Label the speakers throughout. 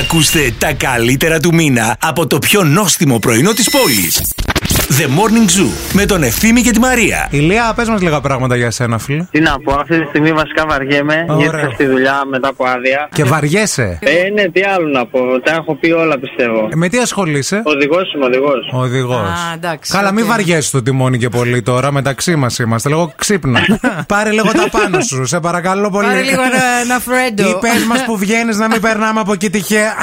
Speaker 1: Ακούστε τα καλύτερα του μήνα από το πιο νόστιμο πρωινό της πόλης. The Morning Zoo με τον Ευθύμη και τη Μαρία.
Speaker 2: Ηλία, πες μας λίγα πράγματα για σένα, φίλε.
Speaker 3: Τι να πω, αυτή τη στιγμή βασικά βαριέμαι.
Speaker 2: Ωραία.
Speaker 3: Γιατί στη δουλειά μετά από άδεια.
Speaker 2: Και βαριέσαι.
Speaker 3: Ε, ναι, τι άλλο να πω. Τα έχω πει όλα πιστεύω.
Speaker 2: Ε, Με τι ασχολείσαι,
Speaker 3: Οδηγός είμαι οδηγός.
Speaker 2: ο οδηγός.
Speaker 4: Α, εντάξει,
Speaker 2: Καλά, μην
Speaker 4: οκ.
Speaker 2: βαριέσαι το τιμόνι και πολύ τώρα. Μεταξύ μας είμαστε. Λίγο ξύπνα. Πάρε λίγο τα πάνω σου, σε παρακαλώ πολύ.
Speaker 4: Πάρε λίγο ένα, ένα φρέντο.
Speaker 2: Ή πες μας που βγαίνεις να μην περνάμε από εκεί τυχαία.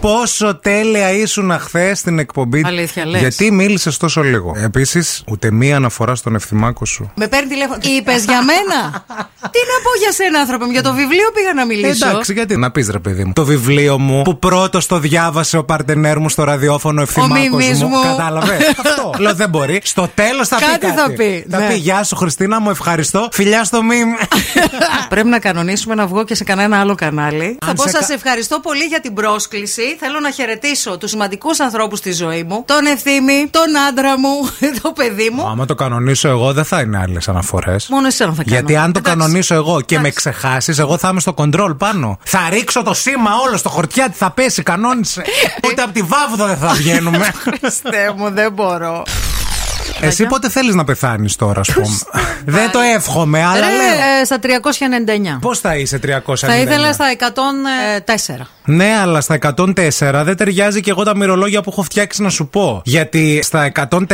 Speaker 2: Πόσο τέλεια ήσουν χθες στην εκπομπή.
Speaker 4: Αλήθεια, λες.
Speaker 2: Γιατί μίλησες τόσο λίγο. Επίσης, ούτε μία αναφορά στον ευθυμάκο σου.
Speaker 4: Με παίρνει τηλέφωνο. Είπες για μένα. Τι να πω για σένα, άνθρωπο μου, για το βιβλίο πήγα να μιλήσω.
Speaker 2: Εντάξει, γιατί να πεις ρε παιδί μου. Το βιβλίο μου που πρώτος το διάβασε ο παρτενέρ μου στο ραδιόφωνο ευθυμάκο
Speaker 4: μιμής μου.
Speaker 2: Κατάλαβες. Αυτό. Λέω δεν μπορεί. Στο τέλος θα
Speaker 4: Κάτι
Speaker 2: πει.
Speaker 4: θα πει,
Speaker 2: Θα
Speaker 4: ναι.
Speaker 2: πει Γεια σου, Χριστίνα, μου ευχαριστώ. Φιλιά στο μιμ.
Speaker 4: Πρέπει να κανονίσουμε να βγω και σε κανένα άλλο κανάλι.
Speaker 2: Αν
Speaker 4: θα πω,
Speaker 2: σε
Speaker 4: σα
Speaker 2: κα-
Speaker 4: ευχαριστώ πολύ για την πρόσκληση. Θέλω να χαιρετήσω τους σημαντικούς ανθρώπους στη ζωή μου. Τον ευθύμη, τον άντρα μου, το παιδί μου.
Speaker 2: Άμα το κανονίσω εγώ, δεν θα είναι άλλες αναφορές.
Speaker 4: Μόνο εσένα θα κάνω.
Speaker 2: Γιατί αν το
Speaker 4: Εντάξει.
Speaker 2: κανονίσω εγώ και με
Speaker 4: Εντάξει.
Speaker 2: ξεχάσεις, εγώ θα είμαι στο κοντρόλ πάνω. Θα ρίξω το σήμα όλο στο χορτιάτι, θα πέσει, κανόνισε. Ούτε από τη βάβδο δεν θα βγαίνουμε.
Speaker 4: Χριστέ μου, δεν μπορώ.
Speaker 2: Εσύ πότε θέλεις να πεθάνεις τώρα, ας πούμε. Δεν το εύχομαι, αλλά λέω.
Speaker 4: Ρε, ε, στα 399.
Speaker 2: Πώς θα είσαι 300
Speaker 4: Θα ήθελα στα 104.
Speaker 2: Ναι, αλλά στα 104 δεν ταιριάζει και εγώ τα μυρολόγια που έχω φτιάξει να σου πω. Γιατί στα 104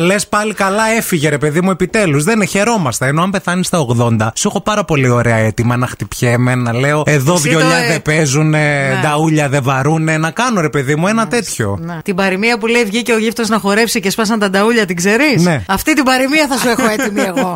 Speaker 2: λες πάλι καλά έφυγε ρε παιδί μου επιτέλους. Δεν είναι, χαιρόμαστε. Ενώ αν πεθάνεις στα 80, σου έχω πάρα πολύ ωραία έτοιμα να χτυπιέμαι, να λέω εδώ
Speaker 4: Εσύ
Speaker 2: βιολιά
Speaker 4: το, ε, Ναι.
Speaker 2: δεν παίζουν, νταούλια δεν βαρούνε. Να κάνω ρε παιδί μου ένα τέτοιο.
Speaker 4: Να. Ναι. Την παροιμία που λέει βγήκε ο γύφτος να χορέψει και σπάσαν τα νταούλια, την ξέρει.
Speaker 2: Ναι.
Speaker 4: Αυτή την παροιμία θα σου έχω έτοιμη εγώ.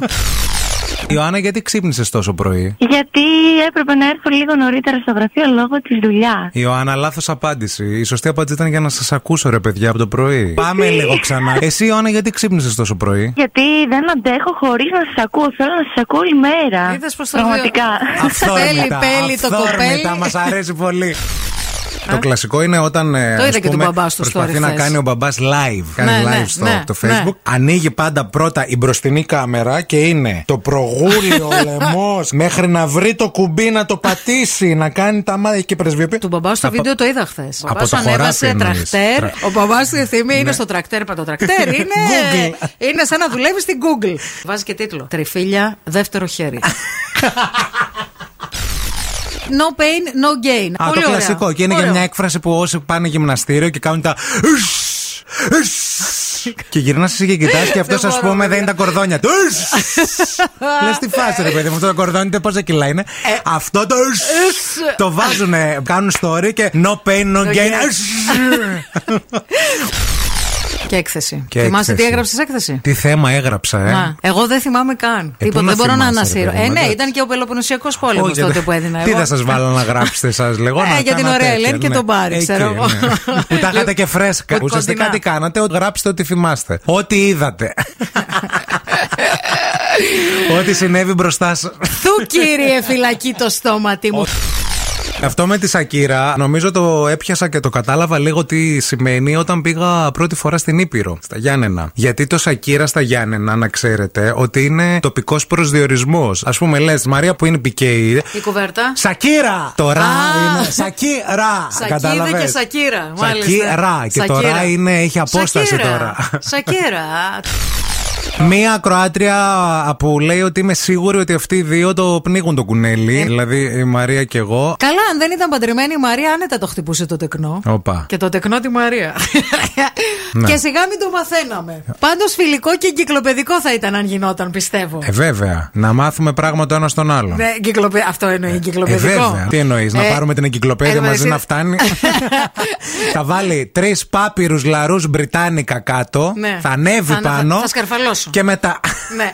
Speaker 2: Ιωάννα, γιατί ξύπνησες τόσο πρωί.
Speaker 5: Γιατί έπρεπε να έρθω λίγο νωρίτερα στο γραφείο λόγω της δουλειάς.
Speaker 2: Ιωάννα, λάθος απάντηση. Η σωστή απάντηση ήταν για να σας ακούσω, ρε παιδιά, από το πρωί. Πάμε λίγο ξανά. Εσύ, Ιωάννα, γιατί ξύπνησες τόσο πρωί.
Speaker 5: Γιατί δεν αντέχω χωρίς να σας ακούω. Θέλω να σας ακούω όλη μέρα.
Speaker 4: Είδες πως το
Speaker 5: Πραγματικά.
Speaker 4: δύο- Θέλει
Speaker 2: Αυθόρμητα.
Speaker 4: πέλη το κοπέλι.
Speaker 2: Αυθόρμητα, μας αρέσει πολύ. Το κλασικό είναι όταν ε,
Speaker 4: Το είδα
Speaker 2: ας
Speaker 4: και του
Speaker 2: πούμε,
Speaker 4: μπαμπάς στο
Speaker 2: προσπαθεί
Speaker 4: story
Speaker 2: να
Speaker 4: χθες.
Speaker 2: κάνει ο μπαμπάς live. Κάνει
Speaker 4: Ναι,
Speaker 2: live
Speaker 4: ναι,
Speaker 2: στο
Speaker 4: ναι,
Speaker 2: το
Speaker 4: ναι.
Speaker 2: facebook. Ανοίγει πάντα πρώτα η μπροστινή κάμερα και είναι το προγούλιο, ο λαιμός, μέχρι να βρει το κουμπί να το πατήσει, να κάνει τα μάτια και πρεσβειοποιεί.
Speaker 4: Του μπαμπάς στο
Speaker 2: Από-
Speaker 4: βίντεο το είδα χθες. Ο μπαμπά
Speaker 2: το
Speaker 4: ανέβασε
Speaker 2: χωράφι εννοείς.
Speaker 4: τρακτέρ.
Speaker 2: Τρα- Ναι.
Speaker 4: Ο μπαμπάς του ευθύμη είναι στο τρακτέρ. Πα το τρακτέρ είναι.
Speaker 2: Google.
Speaker 4: είναι σαν να δουλεύει στην Google. Βάζει και τίτλο. Τριφύλια, δεύτερο χέρι. No pain, no gain.
Speaker 2: Α,
Speaker 4: Ε, Πολύ
Speaker 2: το
Speaker 4: ωραία.
Speaker 2: κλασικό. Και είναι για
Speaker 4: Ωραίο.
Speaker 2: μια έκφραση που όσοι πάνε γυμναστήριο και κάνουν τα. και γυρνάς εσύ και κοιτάς και αυτό,
Speaker 4: Δεν
Speaker 2: ας
Speaker 4: μπορώ,
Speaker 2: πούμε, δεν είναι τα
Speaker 4: παιδιά.
Speaker 2: κορδόνια του. Λες τι φάση, ρε παιδί μου, αυτό το κορδόνι δεν πόσα κιλά είναι.
Speaker 4: Ε,
Speaker 2: Αυτό το. Το βάζουν, κάνουν story και no pain, no gain.
Speaker 4: Και έκθεση.
Speaker 2: Και
Speaker 4: Θυμάσαι τι
Speaker 2: έκθεση.
Speaker 4: έγραψες έκθεση.
Speaker 2: Τι θέμα έγραψα,
Speaker 4: Να,
Speaker 2: ε.
Speaker 4: εγώ δεν θυμάμαι καν.
Speaker 2: πού
Speaker 4: Τίποτα.
Speaker 2: να
Speaker 4: Δεν μπορώ να
Speaker 2: θυμάσαι, ρε
Speaker 4: ανασύρω.
Speaker 2: παιδί μου,
Speaker 4: Ε, ναι,
Speaker 2: εντάξει.
Speaker 4: ήταν και ο Πελοποννησιακός πόλεμος
Speaker 2: Όχι,
Speaker 4: τότε
Speaker 2: δεν-
Speaker 4: που έδινα.
Speaker 2: Τι
Speaker 4: εγώ.
Speaker 2: θα σας βάλω να γράψετε, σας λέγω.
Speaker 4: Ε,
Speaker 2: να
Speaker 4: για την
Speaker 2: κάνω
Speaker 4: ωραία
Speaker 2: τέτοια,
Speaker 4: Ελένη και
Speaker 2: ναι.
Speaker 4: τον Πάρη,
Speaker 2: Εκεί,
Speaker 4: ξέρω εγώ.
Speaker 2: ναι. Που τα είχατε και φρέσκα.
Speaker 4: Κοντινά.
Speaker 2: Ουσιαστικά τι κάνατε, ό, γράψτε ό,τι θυμάστε. Ό,τι είδατε. Ό,τι συνέβη μπροστά σου.
Speaker 4: Θου κύριε φυλακή το στόμα τι μου.
Speaker 2: Αυτό με τη Σακύρα, νομίζω το έπιασα και το κατάλαβα λίγο τι σημαίνει όταν πήγα πρώτη φορά στην Ήπειρο, στα Γιάννενα. Γιατί το Σακύρα στα Γιάννενα, να ξέρετε, ότι είναι τοπικός προσδιορισμός. Ας πούμε, λες, Μαρία που είναι πικέη,
Speaker 4: Η κουβέρτα.
Speaker 2: Σακύρα! Το ρα
Speaker 4: Α.
Speaker 2: είναι. Σακύρα!
Speaker 4: Σακίδη και Σακύρα. Μάλιστα.
Speaker 2: Σακύρα. Και το
Speaker 4: Σακύρα.
Speaker 2: ρα είναι, έχει απόσταση
Speaker 4: Σακύρα.
Speaker 2: τώρα.
Speaker 4: Σακύρα.
Speaker 2: Μία ακροάτρια που λέει ότι είμαι σίγουρη ότι αυτοί οι δύο το πνίγουν το
Speaker 4: Ε.
Speaker 2: κουνέλι. Δηλαδή η Μαρία και εγώ.
Speaker 4: Καλά, αν δεν ήταν παντρεμένη η Μαρία, άνετα το χτυπούσε το τεκνό.
Speaker 2: Όπα.
Speaker 4: Και το τεκνό τη Μαρία.
Speaker 2: Ναι.
Speaker 4: Και σιγά μην το μαθαίναμε. Πάντως φιλικό και εγκυκλοπαιδικό θα ήταν αν γινόταν, πιστεύω.
Speaker 2: Ε, βέβαια. Να μαθουμε πράγματα το ένα στον άλλον.
Speaker 4: Ναι, εγκυκλοπαι- Αυτό εννοεί
Speaker 2: Ε,
Speaker 4: εγκυκλοπαιδικό.
Speaker 2: βέβαια. Τι εννοείς, να
Speaker 4: Ε,
Speaker 2: πάρουμε την εγκυκλοπαίδεια
Speaker 4: εν τω
Speaker 2: μαζί
Speaker 4: μεταξύ-
Speaker 2: να φτάνει. θα βάλει τρεις πάπυρους λαρούς Μπριτάνικα κάτω.
Speaker 4: Ναι.
Speaker 2: Θα ανέβει
Speaker 4: Θα- θα-
Speaker 2: πάνω.
Speaker 4: θα σκαρφαλώσω.
Speaker 2: Και μετά.
Speaker 4: Ναι.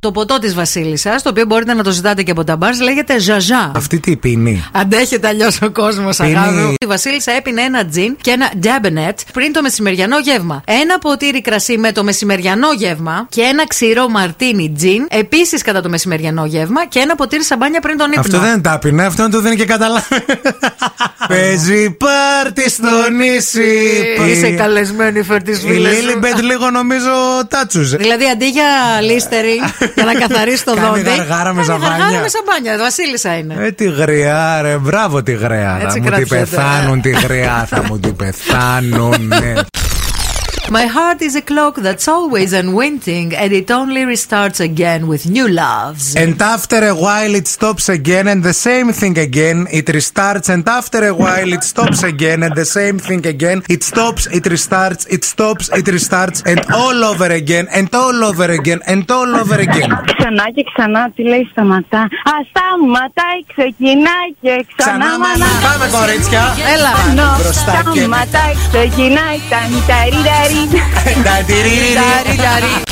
Speaker 4: το ποτό της Βασίλισσας, το οποίο μπορείτε να το ζητάτε και από τα μπαρ, λέγεται Ζαζά.
Speaker 2: Αυτή τι πίνει.
Speaker 4: Αντέχεται αλλιώς ο κόσμος,
Speaker 2: Είναι-
Speaker 4: αγάπη μου. Η Βασίλισσα έπινε ένα τζιν και ένα ντέμπενετ πριν το μεσημεριανό γεύμα. Ένα ποτήρι κρασί με το μεσημεριανό γεύμα και ένα ξηρό μαρτίνι τζιν επίσης κατά το μεσημεριανό γεύμα και ένα ποτήρι σαμπάνια πριν τον ύπνο.
Speaker 2: Αυτό δεν τάπινε, αυτό το δεν είναι και καταλάβει. Παίζει πάρτι στο νησί.
Speaker 4: Είσαι καλεσμένη φέρ τη
Speaker 2: Η Λίλιμπετ λίγο νομίζω τάτσουζε.
Speaker 4: Δηλαδή αντί για λίστερη για να καθαρίσει το
Speaker 2: Κάνει
Speaker 4: δόντι.
Speaker 2: γαργάρα με
Speaker 4: Κάνει
Speaker 2: σαμπάνια.
Speaker 4: Γαργάρα με σαμπάνια. Βασίλισσα είναι.
Speaker 2: Ε, τη γριά, ρε. Μπράβο τη γριά.
Speaker 4: Ναι.
Speaker 2: Θα
Speaker 4: Έτσι
Speaker 2: μου την
Speaker 4: κρατιέται, ε.
Speaker 2: πεθάνουν τη γριά. Θα μου την πεθάνουν. ναι.
Speaker 4: My heart is a clock that's always unwinding and it only restarts again with new loves.
Speaker 2: And after a while it stops again and the same thing again. It restarts and after a while it stops again and the same thing again. It stops, it restarts, it stops, it restarts and all over again and all over again and all over again.
Speaker 5: Ξανά και ξανά τι λέει σταματά. Α, σταματάει, ξεκινάει και ξανά.
Speaker 2: Ξανά μάνα. Πάμε κορίτσια.
Speaker 4: Έλα.
Speaker 5: Νο,
Speaker 2: Μπροστά και-
Speaker 5: σταματάει, ξεκινάει, τανταρίραρι.
Speaker 2: Τα τυρίρι.
Speaker 4: Ταρι, ταρι.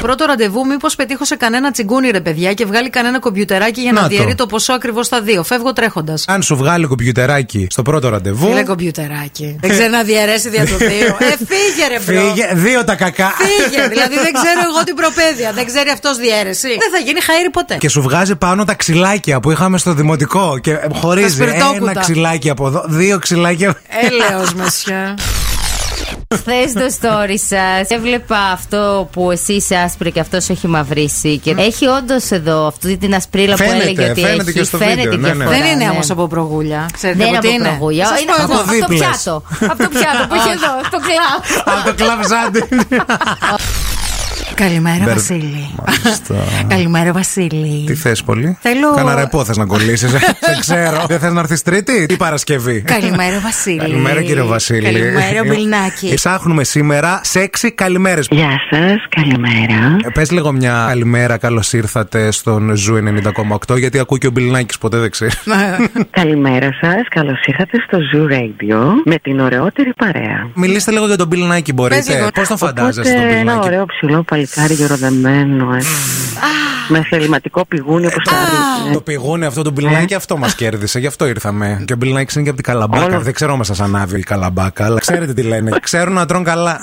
Speaker 4: Πρώτο ραντεβού, μήπως πετύχω σε κανένα τσιγκούνι ρε παιδιά και βγάλει κανένα κομπιουτεράκι για να,
Speaker 2: Να το.
Speaker 4: διαιρεί το ποσό ακριβώς στα δύο. Φεύγω τρέχοντας.
Speaker 2: Αν σου βγάλει κομπιουτεράκι στο πρώτο ραντεβού. Ε.
Speaker 4: Φίλε κομπιουτεράκι. Δεν ξέρει να διαιρέσει δια το δύο. Ε, φύγε ρε μπρο.
Speaker 2: Φύγε, δύο τα κακά.
Speaker 4: Φύγε. δηλαδή δεν ξέρω εγώ την προπαίδεια. Δεν ξέρει αυτός διαίρεση. Δεν θα γίνει χαίρι ποτέ.
Speaker 2: Και σου βγάζει πάνω τα ξυλάκια που είχαμε στο δημοτικό και ε, χωρίζει
Speaker 4: Τα σπιρτόκουτα.
Speaker 2: ένα ξυλάκι από εδώ, δύο ξυλάκια.
Speaker 4: Έλεος μεσιά.
Speaker 6: Χθε το story σας έβλεπα αυτό που εσύ είσαι άσπρη και αυτός έχει μαυρίσει. Και έχει όντως εδώ αυτή την ασπρίλα που
Speaker 2: Φαίνεται,
Speaker 6: έλεγε ότι
Speaker 2: φαίνεται
Speaker 6: έχει.
Speaker 2: και στο βίντεο, ναι,
Speaker 6: και
Speaker 2: ναι.
Speaker 6: φορά,
Speaker 4: Δεν είναι
Speaker 6: ναι.
Speaker 4: όμως από προγούλια. Ξέρετε
Speaker 6: Δεν είναι
Speaker 4: από τι
Speaker 6: από
Speaker 4: είναι.
Speaker 6: προγούλια.
Speaker 4: Σας
Speaker 6: Είναι
Speaker 4: πω
Speaker 6: από,
Speaker 4: εγώ.
Speaker 6: από το
Speaker 2: δίπλες.
Speaker 6: πιάτο. από το πιάτο που έχει εδώ, το κλαμπ.
Speaker 2: Από το κλαψάντι.
Speaker 4: Καλημέρα,
Speaker 2: Μπερ-
Speaker 4: Βασίλη.
Speaker 2: Μάλιστα.
Speaker 4: Καλημέρα, Βασίλη.
Speaker 2: Τι θες πολύ.
Speaker 4: Θέλω-
Speaker 2: Κάνα ρεπό θες να κολλήσεις. Δεν ξέρω. Δεν θες να έρθεις Τρίτη ή Παρασκευή.
Speaker 4: Καλημέρα, Βασίλη.
Speaker 2: Καλημέρα κύριε Βασίλη.
Speaker 4: Καλημέρα, Μπιλνάκη.
Speaker 2: Ψάχνουμε σήμερα σεξι καλημέρες.
Speaker 5: Γεια σας, καλημέρα.
Speaker 2: Πε Ε, λίγο μια καλημέρα, καλώς ήρθατε στον Ζου 90,8. Γιατί ακούει και ο Μπιλνάκης, ποτέ δεν ξέρει.
Speaker 5: Καλημέρα σας, καλώς ήρθατε στο Zoo Radio με την ωραιότερη παρέα.
Speaker 2: Μιλήστε λίγο για τον Μπιλνάκη,
Speaker 4: Πες λίγο.
Speaker 2: μπορείτε. Πώς τον φαντάζεστε τον
Speaker 5: Οπότε ένα
Speaker 2: Μπιλνάκη.
Speaker 5: ωραίο ψηλό παλικάρι γεροδεμένο, ε. με θεληματικό πηγούνι όπως το δείχνει.
Speaker 2: Το πηγούνι αυτό του
Speaker 4: Ε.
Speaker 2: μπιλνάκι αυτό μας κέρδισε, γι' αυτό ήρθαμε. Και ο μπιλνάκι είναι και από την καλαμπάκα. Δεν ξέρω αν σα ανάβει η καλαμπάκα, αλλά ξέρετε τι λένε. Ξέρουν να τρώνε καλά.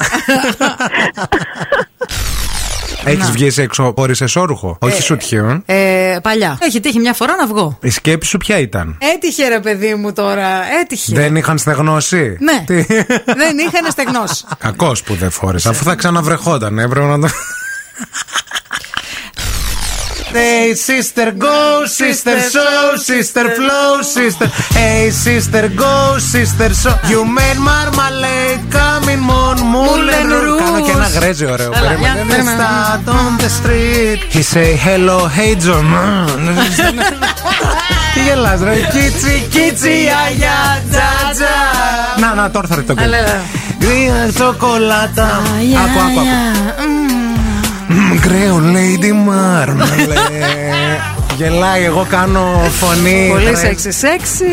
Speaker 2: Έχει βγει σε έξω χωρίς εσόρουχο. Όχι σουτιού.
Speaker 4: Ε, παλιά. Έχει τύχει μια φορά να βγω.
Speaker 2: Η σκέψη σου ποια ήταν.
Speaker 4: Έτυχε ρε παιδί μου τώρα. Έτυχε.
Speaker 2: Δεν είχαν στεγνώσει.
Speaker 4: Ναι.
Speaker 2: Τι.
Speaker 4: Δεν είχαν στεγνώσει.
Speaker 2: Κακός που δεν φόρεσε. Αφού θα ξαναβρεχόταν, έπρεπε να το. Hey sister go, sister so, sister flow, sister Hey sister go, sister so You made marmalade coming on Moulin Rouge Κάνω και ένα γρέζι ωραίο
Speaker 4: Έλα, για να
Speaker 2: Περίμενε
Speaker 4: δούμε.
Speaker 2: Start on the street He say hello, hey John Τι γελάς ρε Κίτσι, κίτσι, αγιά, τζατζα Να, να, τώρα θα ρίχνω το
Speaker 4: Έλα,
Speaker 2: κλειδί
Speaker 4: έλα.
Speaker 2: Γκρία σοκολάτα. Ακού, ακού, ακού. Μμμ, Γκρέο, lady marmalade. Γελάει, εγώ κάνω φωνή.
Speaker 4: Πολύ
Speaker 2: ρε.
Speaker 4: σεξι, σεξι.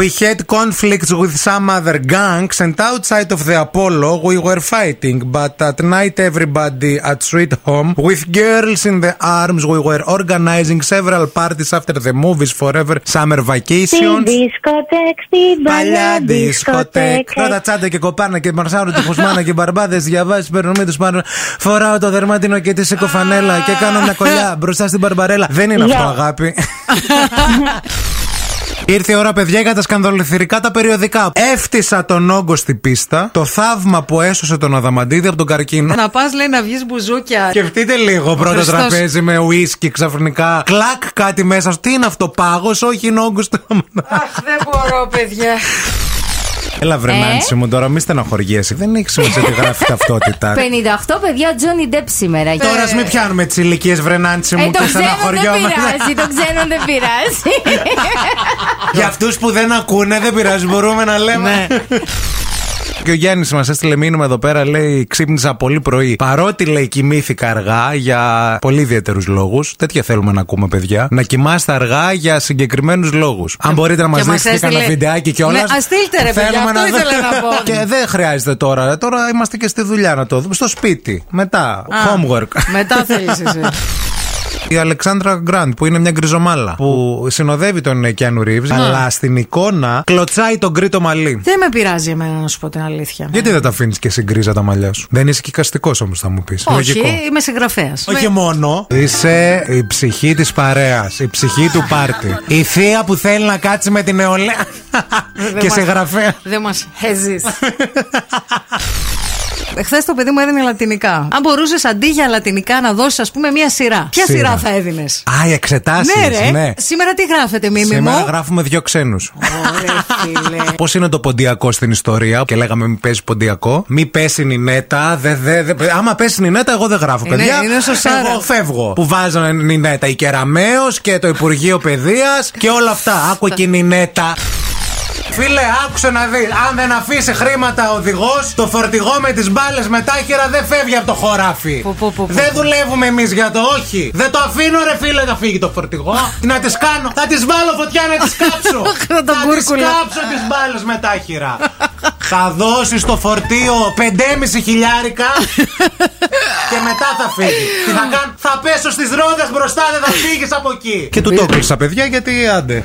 Speaker 2: We had conflicts with some other gangs and outside of the Apollo we were fighting but at night everybody at Sweet Home with girls in the arms we were organizing several parties after the movies forever summer vacations
Speaker 5: δισκοτέκ, στην
Speaker 2: Παλιά
Speaker 5: ε.
Speaker 2: δισκοτέκ. Πρώτα τσάντα και κοπάρνα και μαρσάρο και χουσμάνα και μπαρμπάδες. Διαβάζει, περνομή του πάνω. Φοράω το δερμάτινο και τη σεκοφανέλα και κάνω μια κολλιά μπροστά στην μπαρμπαρέλα. Δεν είναι αυτό, αγάπη. Ήρθε η ώρα, παιδιά, για τα σκανδαλοθυρικά τα περιοδικά. Έφτισα τον όγκο στη πίστα. Το θαύμα που έσωσε τον Αδαμαντίδη από τον καρκίνο.
Speaker 4: Να πας, λέει, να βγεις μπουζούκια.
Speaker 2: Σκεφτείτε λίγο πρώτο
Speaker 4: Χριστός.
Speaker 2: τραπέζι με ουίσκι ξαφνικά. Κλακ κάτι μέσα. σου. Τι είναι αυτό, πάγος, όχι είναι όγκος του Αδαμαντίδη.
Speaker 4: Αχ, δεν μπορώ, παιδιά.
Speaker 2: Έλα βρε
Speaker 6: Ε?
Speaker 2: Νάνση μου τώρα, μη στεναχωριέσαι. Δεν έχει σημασία τι γράφει ταυτότητα.
Speaker 6: 58 παιδιά Johnny Depp σήμερα.
Speaker 2: Τώρα ας μην πιάνουμε τις ηλικίες βρε Νάνση
Speaker 6: Ε,
Speaker 2: μου
Speaker 6: το
Speaker 2: που
Speaker 6: ξένο δεν
Speaker 2: στεναχωριόμαστε.
Speaker 6: πειράζει, το ξένο δεν πειράζει.
Speaker 2: Για αυτούς που δεν ακούνε δεν πειράζει, μπορούμε να λέμε.
Speaker 4: Ναι.
Speaker 2: Και ο Γιάννης μας έστειλε μήνυμα εδώ πέρα, λέει: Ξύπνησα πολύ πρωί. Παρότι λέει κοιμήθηκα αργά για πολύ ιδιαίτερους λόγους. Τέτοια θέλουμε να ακούμε, παιδιά. Να κοιμάστε αργά για συγκεκριμένους λόγους. Αν μπορείτε να μα
Speaker 4: και μας
Speaker 2: δείξετε κανένα
Speaker 4: έστειλε-
Speaker 2: βιντεάκι και όλα.
Speaker 4: Ναι, ας στείλτε, ρε, παιδιά, αυτό ήθελα να πω.
Speaker 2: Και δεν χρειάζεται τώρα. Τώρα είμαστε και στη δουλειά να το δούμε. Στο σπίτι. Μετά. Homework.
Speaker 4: Μετά θέλεις εσύ.
Speaker 2: Η Αλεξάνδρα Γκραντ που είναι μια γκριζομάλα που συνοδεύει τον Κιάνου Ρίβ, αλλά στην εικόνα κλωτσάει τον κρύτο μαλλί.
Speaker 4: Δεν με πειράζει εμένα να σου πω την αλήθεια.
Speaker 2: Γιατί δεν τα αφήνεις και εσύ γκρίζα τα μαλλιά σου. Δεν είσαι κυκαστικό όμως, θα μου πεις.
Speaker 4: Όχι, είμαι συγγραφέας.
Speaker 2: Όχι μόνο. Είσαι η ψυχή της παρέας, η ψυχή του πάρτι. Η θεία που θέλει να κάτσει με την νεολαία. και σε γραφέα.
Speaker 4: Δεν μας χέζεις. Χθες το παιδί μου έδινε λατινικά. Αν μπορούσες αντί για λατινικά να δώσεις, ας πούμε, μία σειρά. Ποια σειρά,
Speaker 2: Σειρά.
Speaker 4: θα έδινες.
Speaker 2: Α, οι εξετάσεις.
Speaker 4: Ναι, ρε. Σήμερα τι γράφετε, μίμη
Speaker 2: Σήμερα
Speaker 4: μου.
Speaker 2: γράφουμε δύο ξένους.
Speaker 4: Ωραία, φίλε.
Speaker 2: Πώς είναι το ποντιακό στην ιστορία, και λέγαμε μην παίζει ποντιακό. Μη πέσει η νέτα. Δε, δε, δε, άμα πέσει η νέτα, εγώ δεν γράφω,
Speaker 4: Είναι-
Speaker 2: παιδιά.
Speaker 4: είναι σωσάρα.
Speaker 2: Εγώ φεύγω. Που βάζανε η νέτα. Η Κεραμαίο και το Υπουργείο Παιδείας και όλα αυτά. Άκου εκείνη η νέτα. Φίλε, άκουσε να δεις. Αν δεν αφήσει χρήματα ο οδηγός, το φορτηγό με τις μπάλες μετάχειρα δεν φεύγει από το χωράφι.
Speaker 4: Πω, πω, πω, πω.
Speaker 2: Δεν δουλεύουμε εμείς για το όχι. Δεν το αφήνω, ρε φίλε, να φύγει το φορτηγό. να τις κάνω. Θα τις βάλω φωτιά να τις κάψω.
Speaker 4: Να
Speaker 2: θα
Speaker 4: τον
Speaker 2: τις
Speaker 4: κούρκουλα.
Speaker 2: κάψω τις μπάλες μετάχειρα. θα δώσει το φορτίο 5,5 χιλιάρικα και μετά θα φύγει. Τι θα κάνω, θα πέσω στις ρόδες μπροστά, δεν θα φύγεις από εκεί. Και του το κλείσα, παιδιά, γιατί άντε.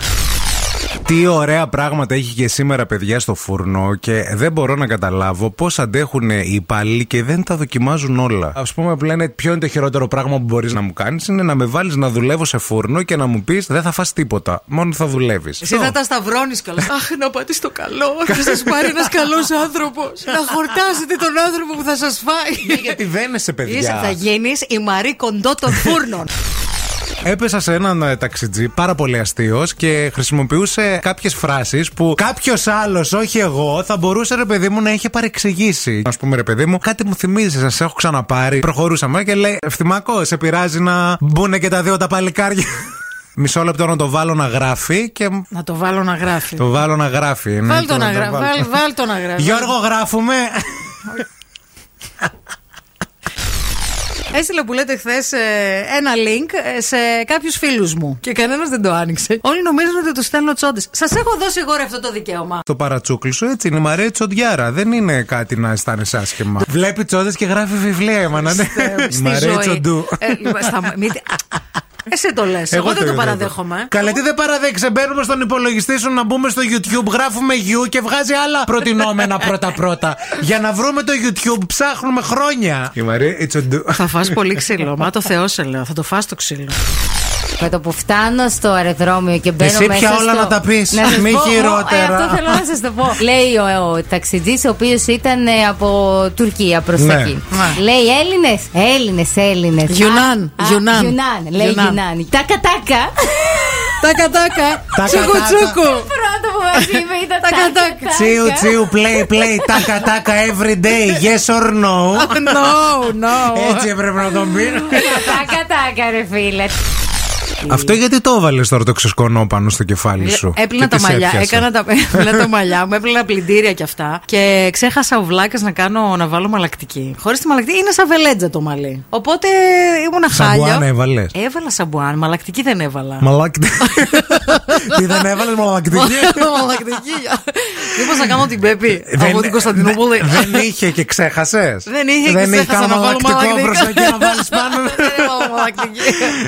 Speaker 2: Τι ωραία πράγματα έχει και σήμερα, παιδιά, στο φούρνο και δεν μπορώ να καταλάβω πώς αντέχουν οι υπάλληλοι και δεν τα δοκιμάζουν όλα. Ας πούμε, που λένε ποιο είναι το χειρότερο πράγμα που μπορείς να μου κάνεις είναι να με βάλεις να δουλεύω σε φούρνο και να μου πεις δεν θα φας τίποτα. Μόνο θα δουλεύεις.
Speaker 4: Εσύ θα τα σταυρώνεις κιόλας. Αχ, να πάτε στο καλό. Θα σας πάρει ένας καλός άνθρωπος. Να χορτάσετε τον άνθρωπο που θα σας φάει.
Speaker 2: Γιατί δεν είσαι, παιδιά.
Speaker 4: Είσαι, θα γίνεις η Μαρή Κοντό των φούρνων.
Speaker 2: Έπεσα σε έναν ε, ταξιτζή πάρα πολύ αστείος και χρησιμοποιούσε κάποιες φράσεις που κάποιος άλλος, όχι εγώ, θα μπορούσε ρε παιδί μου να είχε παρεξηγήσει. Ας πούμε, ρε παιδί μου, κάτι μου θυμίζει, σας έχω ξαναπάρει. Προχωρούσαμε και λέει: Ευθυμακό, σε πειράζει να μπουν και τα δύο τα παλικάρια. Μισό λεπτό να το βάλω να γράφει και
Speaker 4: να το βάλω να γράφει.
Speaker 2: το βάλω να γράφει. Ναι,
Speaker 4: Βάλ το
Speaker 2: το-
Speaker 4: να
Speaker 2: το
Speaker 4: γράφει.
Speaker 2: βάλω.
Speaker 4: Βάλ, βάλ το να γράφει.
Speaker 2: Γιώργο, γράφουμε.
Speaker 4: Έστειλε που λέτε χθες ένα link ε, σε κάποιους φίλους μου. Και κανένας δεν το άνοιξε. Όλοι νομίζουν ότι του στέλνω τσόντε. Σας έχω δώσει εγώ ρε αυτό το δικαίωμα.
Speaker 2: Το παρατσούκλι σου έτσι είναι η Μαρία Τσοντιάρα. Δεν είναι κάτι να αισθάνεσαι άσχημα. Βλέπει τσόντες και γράφει βιβλία, εμένα. ναι.
Speaker 4: Ε,
Speaker 2: Η
Speaker 4: Στη
Speaker 2: Μαρία
Speaker 4: ζωή.
Speaker 2: Τσοντού.
Speaker 4: Ε, λοιπόν, σταμα- μη- Εσύ το λες. Εγώ, δεν το
Speaker 2: είδα
Speaker 4: παραδέχομαι.
Speaker 2: εδώ. Καλέ, τι δεν παραδέχεσαι. Μπαίνουμε στον υπολογιστή σου να μπούμε στο YouTube, γράφουμε You και βγάζει άλλα προτινόμενα πρώτα-πρώτα. Για να βρούμε το YouTube ψάχνουμε χρόνια. Η Μαρία, it's a do.
Speaker 4: Θα φας πολύ ξύλο. Μα το Θεό σε λέω. Θα το φας το ξύλο.
Speaker 6: Με το που φτάνω στο αεροδρόμιο και μπαίνω
Speaker 2: Εσύ
Speaker 6: μέσα.
Speaker 2: πια όλα
Speaker 6: στο-
Speaker 2: να τα πεις.
Speaker 6: Να σας
Speaker 2: Μη
Speaker 6: πω,
Speaker 2: χειρότερα.
Speaker 6: Ε, αυτό θέλω να σας το πω. Λέει ο, ο ταξιτζή, ο οποίος ήταν ε, από Τουρκία προς
Speaker 2: Ναι.
Speaker 6: τα εκεί.
Speaker 4: Ναι.
Speaker 6: Λέει Έλληνες, Έλληνες, Έλληνες.
Speaker 4: Γιουνάν, Γιουνάν.
Speaker 6: Γιουνάν, λέει
Speaker 4: Γιουνάν.
Speaker 6: Γιουνάν. Τάκα τάκα.
Speaker 4: Τάκα τάκα.
Speaker 2: Τάκα,
Speaker 4: Τσούκου
Speaker 2: τάκα.
Speaker 4: τσούκου.
Speaker 6: Πρώτο που μας είπε ήταν
Speaker 4: Τάκα,
Speaker 6: τάκα
Speaker 4: τάκα.
Speaker 6: τάκα.
Speaker 2: Τσίου, τσίου, play, play, τάκα, τάκα, every day, yes or no.
Speaker 4: Oh, No, no.
Speaker 2: Έτσι έπρεπε να τον πει.
Speaker 6: Τάκα τάκα, ρε φίλε.
Speaker 2: Αυτό γιατί το έβαλες τώρα το ξεσκονό πάνω στο κεφάλι σου.
Speaker 4: Έπλυνα
Speaker 2: Και
Speaker 4: Ε, τα
Speaker 2: τι σε
Speaker 4: μαλλιά,
Speaker 2: έπιασε?
Speaker 4: έκανα τα, έπλυνα τα μαλλιά μου, έπλυνα πλυντήρια κι αυτά. Και ξέχασα ο βλάκα να, κάνω, να βάλω μαλακτική. Χωρίς τη μαλακτική είναι σαν βελέτζα το μαλλί. Οπότε ήμουν χάλια.
Speaker 2: Σαμπουάν έβαλες?
Speaker 4: Έβαλα σαμπουάν, μαλακτική δεν έβαλα.
Speaker 2: Μαλάκι. Τι δεν έβαλες, μαλακτική.
Speaker 4: μαλακτική. Μήπως να κάνω την Πέπη
Speaker 2: Δεν-
Speaker 4: από την Κωνσταντινούπολη.
Speaker 2: Δεν δεν είχε και ξέχασες.
Speaker 4: Δεν είχε και ξέχασα να
Speaker 2: κανένα
Speaker 4: βάλω
Speaker 2: μαλακτικό
Speaker 4: μαλακτικό.
Speaker 2: μπροστά και να βάλεις πάνω.
Speaker 4: Δεν έβαλα μαλακτική.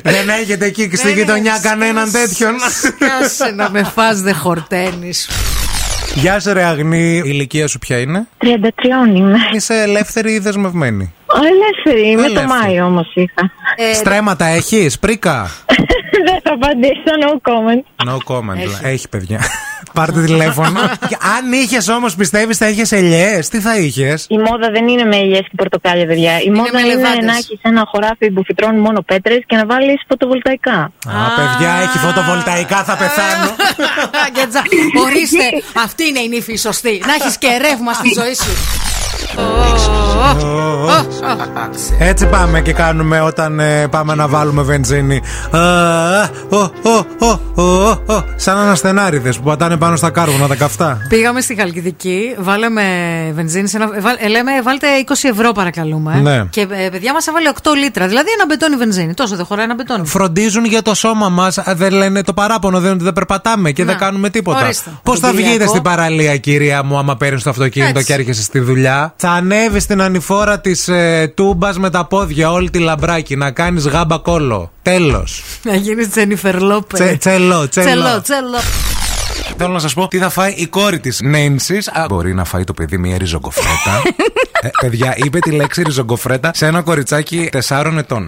Speaker 2: Δεν έχετε εκεί στη
Speaker 4: Δεν
Speaker 2: γειτονιά
Speaker 4: είναι.
Speaker 2: κανέναν τέτοιον.
Speaker 4: Σκάσε να με φας δεν χορταίνεις
Speaker 2: Γεια σου, ρε Αγνή. Η ηλικία σου ποια είναι.
Speaker 5: 33 είμαι.
Speaker 2: Είσαι ελεύθερη ή δεσμευμένη.
Speaker 5: Ελεύθερη είμαι,
Speaker 2: Ελεύθερη.
Speaker 5: το Μάιο όμως είχα.
Speaker 4: Ε,
Speaker 2: Στρέμματα έχεις, πρίκα.
Speaker 5: Δεν θα απαντήσω, no comment.
Speaker 2: No comment. Έχεις, παιδιά. Πάρτε τηλέφωνο. Και Αν είχες όμως, πιστεύεις, θα είχες ελιές. Τι θα είχες.
Speaker 5: Η μόδα δεν είναι με ελιές και πορτοκάλια, παιδιά. Η μόδα
Speaker 4: με
Speaker 5: είναι
Speaker 4: λεβάντες.
Speaker 5: να έχει ένα χωράφι που φυτρώνει μόνο πέτρες και να βάλεις φωτοβολταϊκά.
Speaker 2: Α, παιδιά, έχει φωτοβολταϊκά, θα πεθάνω.
Speaker 4: Για τζα- Ορίστε Αυτή είναι η νύφη η σωστή Να έχεις και ρεύμα στη ζωή σου
Speaker 2: Έτσι πάμε και κάνουμε όταν ε, πάμε να βάλουμε βενζίνη. Α, ο, ο, ο, ο, ο. Σαν αναστενάριδες που πατάνε πάνω στα κάρβουνα τα καυτά.
Speaker 4: Πήγαμε στη Χαλκιδική, βάλαμε βενζίνη σε ένα. ε, βάλ- ε, λέμε, βάλτε 20 ευρώ, παρακαλούμε. ε.
Speaker 2: Ναι.
Speaker 4: Και ε, παιδιά μας έβαλε 8 λίτρα. Δηλαδή ένα μπετόνι βενζίνη. Τόσο δεν χωράει ένα μπετόνι.
Speaker 2: Φροντίζουν για το σώμα μας, δεν λένε το παράπονο, δεν ότι δεν περπατάμε και
Speaker 4: Να.
Speaker 2: δεν κάνουμε τίποτα.
Speaker 4: Ορίστε.
Speaker 2: Πώς θα
Speaker 4: Τον
Speaker 2: βγείτε
Speaker 4: Κυριακό.
Speaker 2: στην παραλία, κυρία μου, άμα παίρνεις το αυτοκίνητο
Speaker 4: Έτσι.
Speaker 2: και έρχεσαι στη δουλειά. Θα ανέβεις στην ανηφόρα της ε, τούμπας με τα πόδια, όλη τη λαμπράκι, να κάνεις γάμπα κόλο. Τέλος.
Speaker 4: Να γίνεις Τζένιφερ Λόπε.
Speaker 2: Τσε- τσελό, τσελό.
Speaker 4: Τσελό, τσελό.
Speaker 2: Ε, Θέλω να σας πω τι θα φάει η κόρη της Νέμψη. Μπορεί να φάει το παιδί μια ριζογκοφρέτα. Ε, παιδιά, είπε τη λέξη ριζογκοφρέτα σε ένα κοριτσάκι 4 ετών.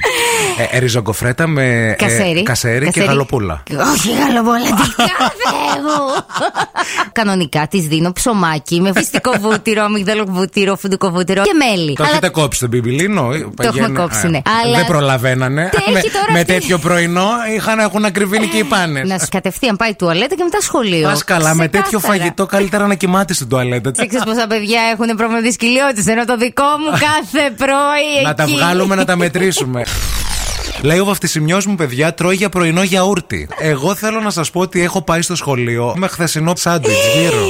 Speaker 2: Ε, ε, ριζογκοφρέτα με ε,
Speaker 6: Κασέρι.
Speaker 2: κασέρι και γαλοπούλα.
Speaker 6: Όχι γαλοπούλα, τι κάθε μου. Κανονικά της δίνω ψωμάκι με φυστικό βούτυρο, αμυγδαλό βούτυρο, φουντικό βούτυρο και μέλι.
Speaker 2: Το
Speaker 6: Αλλά
Speaker 2: έχετε κόψει τον πιμπιλίνο. ε, παγαίνε-
Speaker 6: έχουμε κόψει,
Speaker 2: ε,
Speaker 6: ναι. Αλλά-
Speaker 2: Δεν προλαβαίνανε.
Speaker 6: Τι έχει
Speaker 2: Με,
Speaker 6: τώρα
Speaker 2: με
Speaker 6: αυτή? Ε,
Speaker 2: τέτοιο πρωινό είχαν, έχουν ακριβήνει και οι πάνες.
Speaker 6: να σου κατευθείαν πάει τουαλέτα και μετά σχολείο.
Speaker 2: Πα καλά, με τέτοιο
Speaker 6: Ξεκάθαρα.
Speaker 2: φαγητό καλύτερα να κοιμάται στην τουαλέτα.
Speaker 6: Δεν ξέρεις πόσα παιδιά έχουν πρόβλημα δυσκολιότητα. Ενώ το δικό μου κάθε πρωί.
Speaker 2: Να τα
Speaker 6: εκεί.
Speaker 2: βγάλουμε να τα μετρήσουμε. Λέει ο βαφτισιμιός μου, παιδιά, τρώει για πρωινό γιαούρτι. Εγώ θέλω να σας πω ότι έχω πάει στο σχολείο με χθεσινό σάντουιτ γύρω.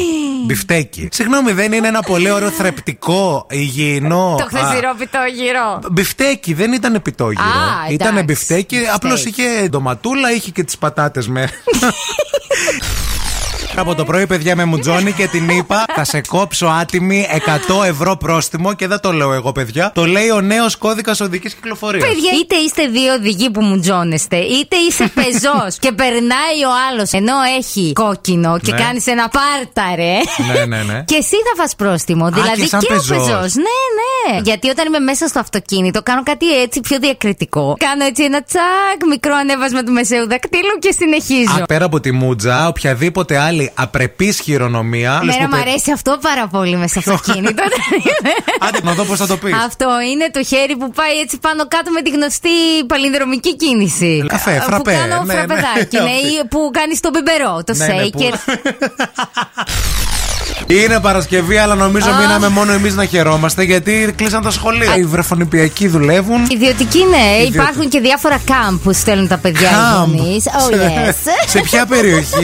Speaker 2: Μπιφτέκι. Συγγνώμη, δεν είναι ένα πολύ ωραίο θρεπτικό, υγιεινό.
Speaker 6: Το
Speaker 2: α,
Speaker 6: χθεσινό πιτόγυρο.
Speaker 2: Μπιφτέκι, δεν ήταν πιτόγυρο.
Speaker 6: Α, εντάξει.
Speaker 2: Ήταν μπιφτέκι, απλώς
Speaker 6: Μπιφτέκι.
Speaker 2: είχε ντοματούλα, είχε και τις πατάτες με. Από το πρωί, παιδιά, με μουτζόνι και την είπα: Θα σε κόψω άτιμη 100 ευρώ πρόστιμο και δεν το λέω εγώ, παιδιά. Το λέει ο νέος κώδικας οδικής κυκλοφορίας.
Speaker 6: Παιδιά, είτε είστε δύο οδηγοί που μουτζώνεστε, είτε είσαι πεζός και περνάει ο άλλος ενώ έχει κόκκινο και
Speaker 2: Ναι.
Speaker 6: κάνεις ένα πάρταρε.
Speaker 2: Ναι, ναι, ναι.
Speaker 6: Και εσύ θα φας πρόστιμο. δηλαδή
Speaker 2: και σαν πεζός.
Speaker 6: ο πεζός. Ναι, ναι. Γιατί όταν είμαι μέσα στο αυτοκίνητο, κάνω κάτι έτσι πιο διακριτικό. Κάνω έτσι ένα τσακ, μικρό ανέβασμα του μεσαίου δακτύλου και συνεχίζω.
Speaker 2: Α, πέρα από τη μουτζα, οποιαδήποτε άλλη απρεπής χειρονομία. λες
Speaker 6: Μέρα
Speaker 2: που
Speaker 6: μου
Speaker 2: πε-
Speaker 6: αρέσει αυτό πάρα πολύ μέσα στο αυτοκίνητο.
Speaker 2: Άντε, να δω πώς θα το πεις.
Speaker 6: Αυτό είναι το χέρι που πάει έτσι πάνω κάτω με τη γνωστή παλινδρομική κίνηση.
Speaker 2: Καφέ,
Speaker 6: Ε,
Speaker 2: φραπέ,
Speaker 6: Που κάνω
Speaker 2: ναι,
Speaker 6: φραπεδάκι,
Speaker 2: ναι,
Speaker 6: ναι,
Speaker 2: αυτή.
Speaker 6: ή που κάνεις το μπιμπερό, το
Speaker 2: Ναι, ναι, που-
Speaker 6: σέικερ.
Speaker 2: Είναι Παρασκευή, αλλά νομίζω
Speaker 6: Αχ.
Speaker 2: μείναμε μόνο εμείς να χαιρόμαστε γιατί κλείσαν τα σχολεία. Οι βρεφονιπιακοί δουλεύουν.
Speaker 6: Ιδιωτική, ναι.
Speaker 2: Ιδιωτική.
Speaker 6: Υπάρχουν και διάφορα κάμπ που στέλνουν τα παιδιά οι
Speaker 2: Καμπ.
Speaker 6: γονείς. Oh,
Speaker 2: Σε-
Speaker 6: yes.
Speaker 2: Σε ποια περιοχή.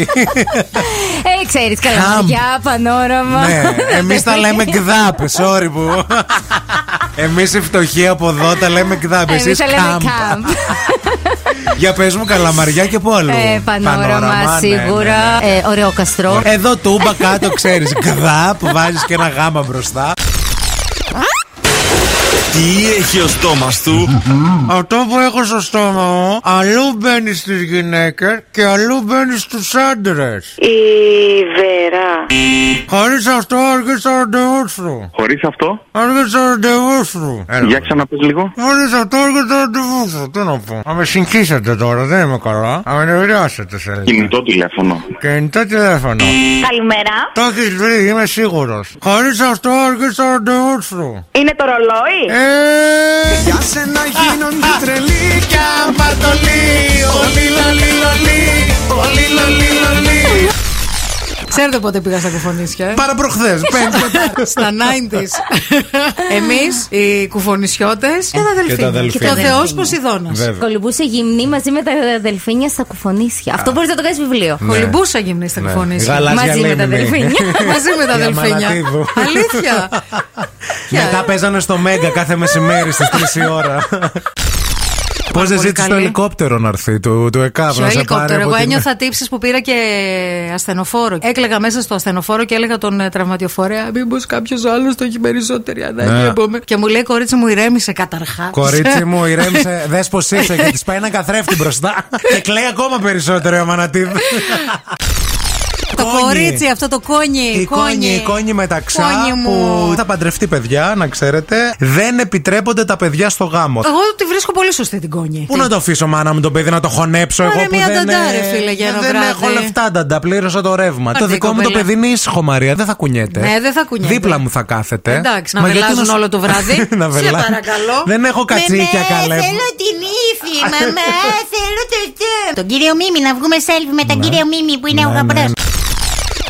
Speaker 6: ε, ξέρεις,
Speaker 2: Καμπ.
Speaker 6: καλαμαριά, πανόραμα.
Speaker 2: ναι, εμείς τα λέμε κδάπ. Sorry που. εμείς οι φτωχοί από εδώ τα λέμε κδάπ. Εσεί
Speaker 6: Εμείς τα λέμε κάμπ.
Speaker 2: Για πες μου, καλαμαριά και πού αλλού.
Speaker 6: Ε, πανόραμα,
Speaker 2: ναι,
Speaker 6: σίγουρα.
Speaker 2: ναι, ναι.
Speaker 6: Ε, Ωραίο καστρό.
Speaker 2: Εδώ τούμπα κάτω ξέρεις Κδάπ, βάζεις και ένα γάμα μπροστά
Speaker 1: Τι έχει ο στόμας του.
Speaker 2: Αυτό που έχω στο στόμα μου Αλλού μπαίνει στις γυναίκες Και αλλού μπαίνει στους άντρες
Speaker 7: Η Βέρα.
Speaker 2: Χωρίς αυτό άργησα ραντεβού σου.
Speaker 8: Χωρίς αυτό,
Speaker 2: Άργησα ραντεβού σου.
Speaker 8: για ξαναπες λίγο.
Speaker 2: Χωρίς αυτό άργησα ραντεβού σου. Τι να πω. Θα με συγχύσετε τώρα, δεν είμαι καλά. Θα με νευριάσετε σε λίγο.
Speaker 8: Κινητό τηλέφωνο.
Speaker 2: Κινητό τηλέφωνο.
Speaker 7: Καλημέρα.
Speaker 2: Το έχεις βρει, είμαι σίγουρος. Χωρίς αυτό άργησα ραντεβού σου.
Speaker 7: Είναι το ρολόι.
Speaker 2: Ε, για σένα γίνονται τρελή και αμπαρτολή. Όλοι λαλή λαλή, όλοι λαλή λαλή.
Speaker 4: Ξέρετε πότε πήγα στα κουφονίσια. ε?
Speaker 2: Παραπροχθές, πέντε.
Speaker 4: Στα 90s. Εμείς, οι κουφονισιώτες και τα
Speaker 2: Ε, Και τα
Speaker 4: αδελφοί.
Speaker 2: αδελφίνια.
Speaker 4: Και ο Θεός Ποσειδώνας.
Speaker 2: Βέβαια.
Speaker 6: Κολυμπούσε γυμνή μαζί με τα αδελφίνια στα κουφονίσια. Αυτό μπορείς να το κάνεις βιβλίο.
Speaker 4: Κολυμπούσα γυμνή στα
Speaker 2: Ναι.
Speaker 4: κουφονίσια.
Speaker 2: Γαλάζια
Speaker 6: Μαζί με
Speaker 2: λίμνη.
Speaker 6: τα αδελφίνια.
Speaker 4: Μαζί με τα
Speaker 2: Η
Speaker 4: αδελφίνια.
Speaker 2: Αμανατίδου.
Speaker 4: Αλήθεια.
Speaker 2: Μετά παίζανε στο Μέγκα κάθε μεσημέρι στις 3 η ώρα. Πώς δεν
Speaker 4: πολύ
Speaker 2: ζήτησε το
Speaker 4: καλή.
Speaker 2: ελικόπτερο να έρθει του, του ΕΚΑΒ
Speaker 4: Στο
Speaker 2: να σε πάρει.
Speaker 4: ελικόπτερο.
Speaker 2: από
Speaker 4: Εγώ
Speaker 2: την-
Speaker 4: ένιωθα τύψει που πήρα και ασθενοφόρο. Έκλεγα μέσα στο ασθενοφόρο και έλεγα τον ε, τραυματιοφορέα. Μήπως κάποιος άλλος το έχει περισσότερη
Speaker 2: Ναι.
Speaker 4: ανάγκη από μέ-». Και μου λέει κορίτσι μου, ηρέμησε καταρχάς.
Speaker 2: Κορίτσι μου, ηρέμησε. Δες πω είσαι και τη πάει ένα καθρέφτη μπροστά. και κλαίει ακόμα περισσότερο η Αμανατίδου.
Speaker 4: Το
Speaker 2: Κόνη.
Speaker 4: κορίτσι αυτό το κόνι.
Speaker 2: Η κόνη, η κόνη μεταξά
Speaker 4: Κόνη
Speaker 2: που
Speaker 4: μου.
Speaker 2: θα παντρευτεί παιδιά, να ξέρετε. Δεν επιτρέπονται τα παιδιά στο γάμο.
Speaker 4: Εγώ τη βρίσκω πολύ σωστή την κόνη.
Speaker 2: Πού να το αφήσω, μάνα μου, το παιδί να το χωνέψω
Speaker 4: Πάρε
Speaker 2: εγώ που
Speaker 4: μια
Speaker 2: δεν
Speaker 4: νταντά, ρε φίλε, για ένα
Speaker 2: Δεν
Speaker 4: βράδυ.
Speaker 2: έχω λεφτά νταντά, πλήρωσα το ρεύμα.
Speaker 4: Άντε,
Speaker 2: το δικό μου το
Speaker 4: κοπέλα.
Speaker 2: παιδί είναι ήσυχο, Μαρία, δεν θα κουνιέται.
Speaker 4: Ναι, δεν θα κουνιέται.
Speaker 2: Δίπλα μου θα κάθεται.
Speaker 4: Ε, Εντάξει, να
Speaker 2: Ε? Μα γιατί
Speaker 4: βελάζουν
Speaker 2: σου-
Speaker 4: όλο το βράδυ.
Speaker 2: να
Speaker 4: Σε
Speaker 2: βελά-
Speaker 4: παρακαλώ. Ναι,
Speaker 2: Δεν έχω κατσίκια καλέ. μου.
Speaker 9: την ύφη, μαμά, θέλω το αυτό. Τον κύριο Μίμη, να βγούμε selfie με τον κύριο Μίμη που είναι
Speaker 2: Ναι,
Speaker 9: ο γαμπρός.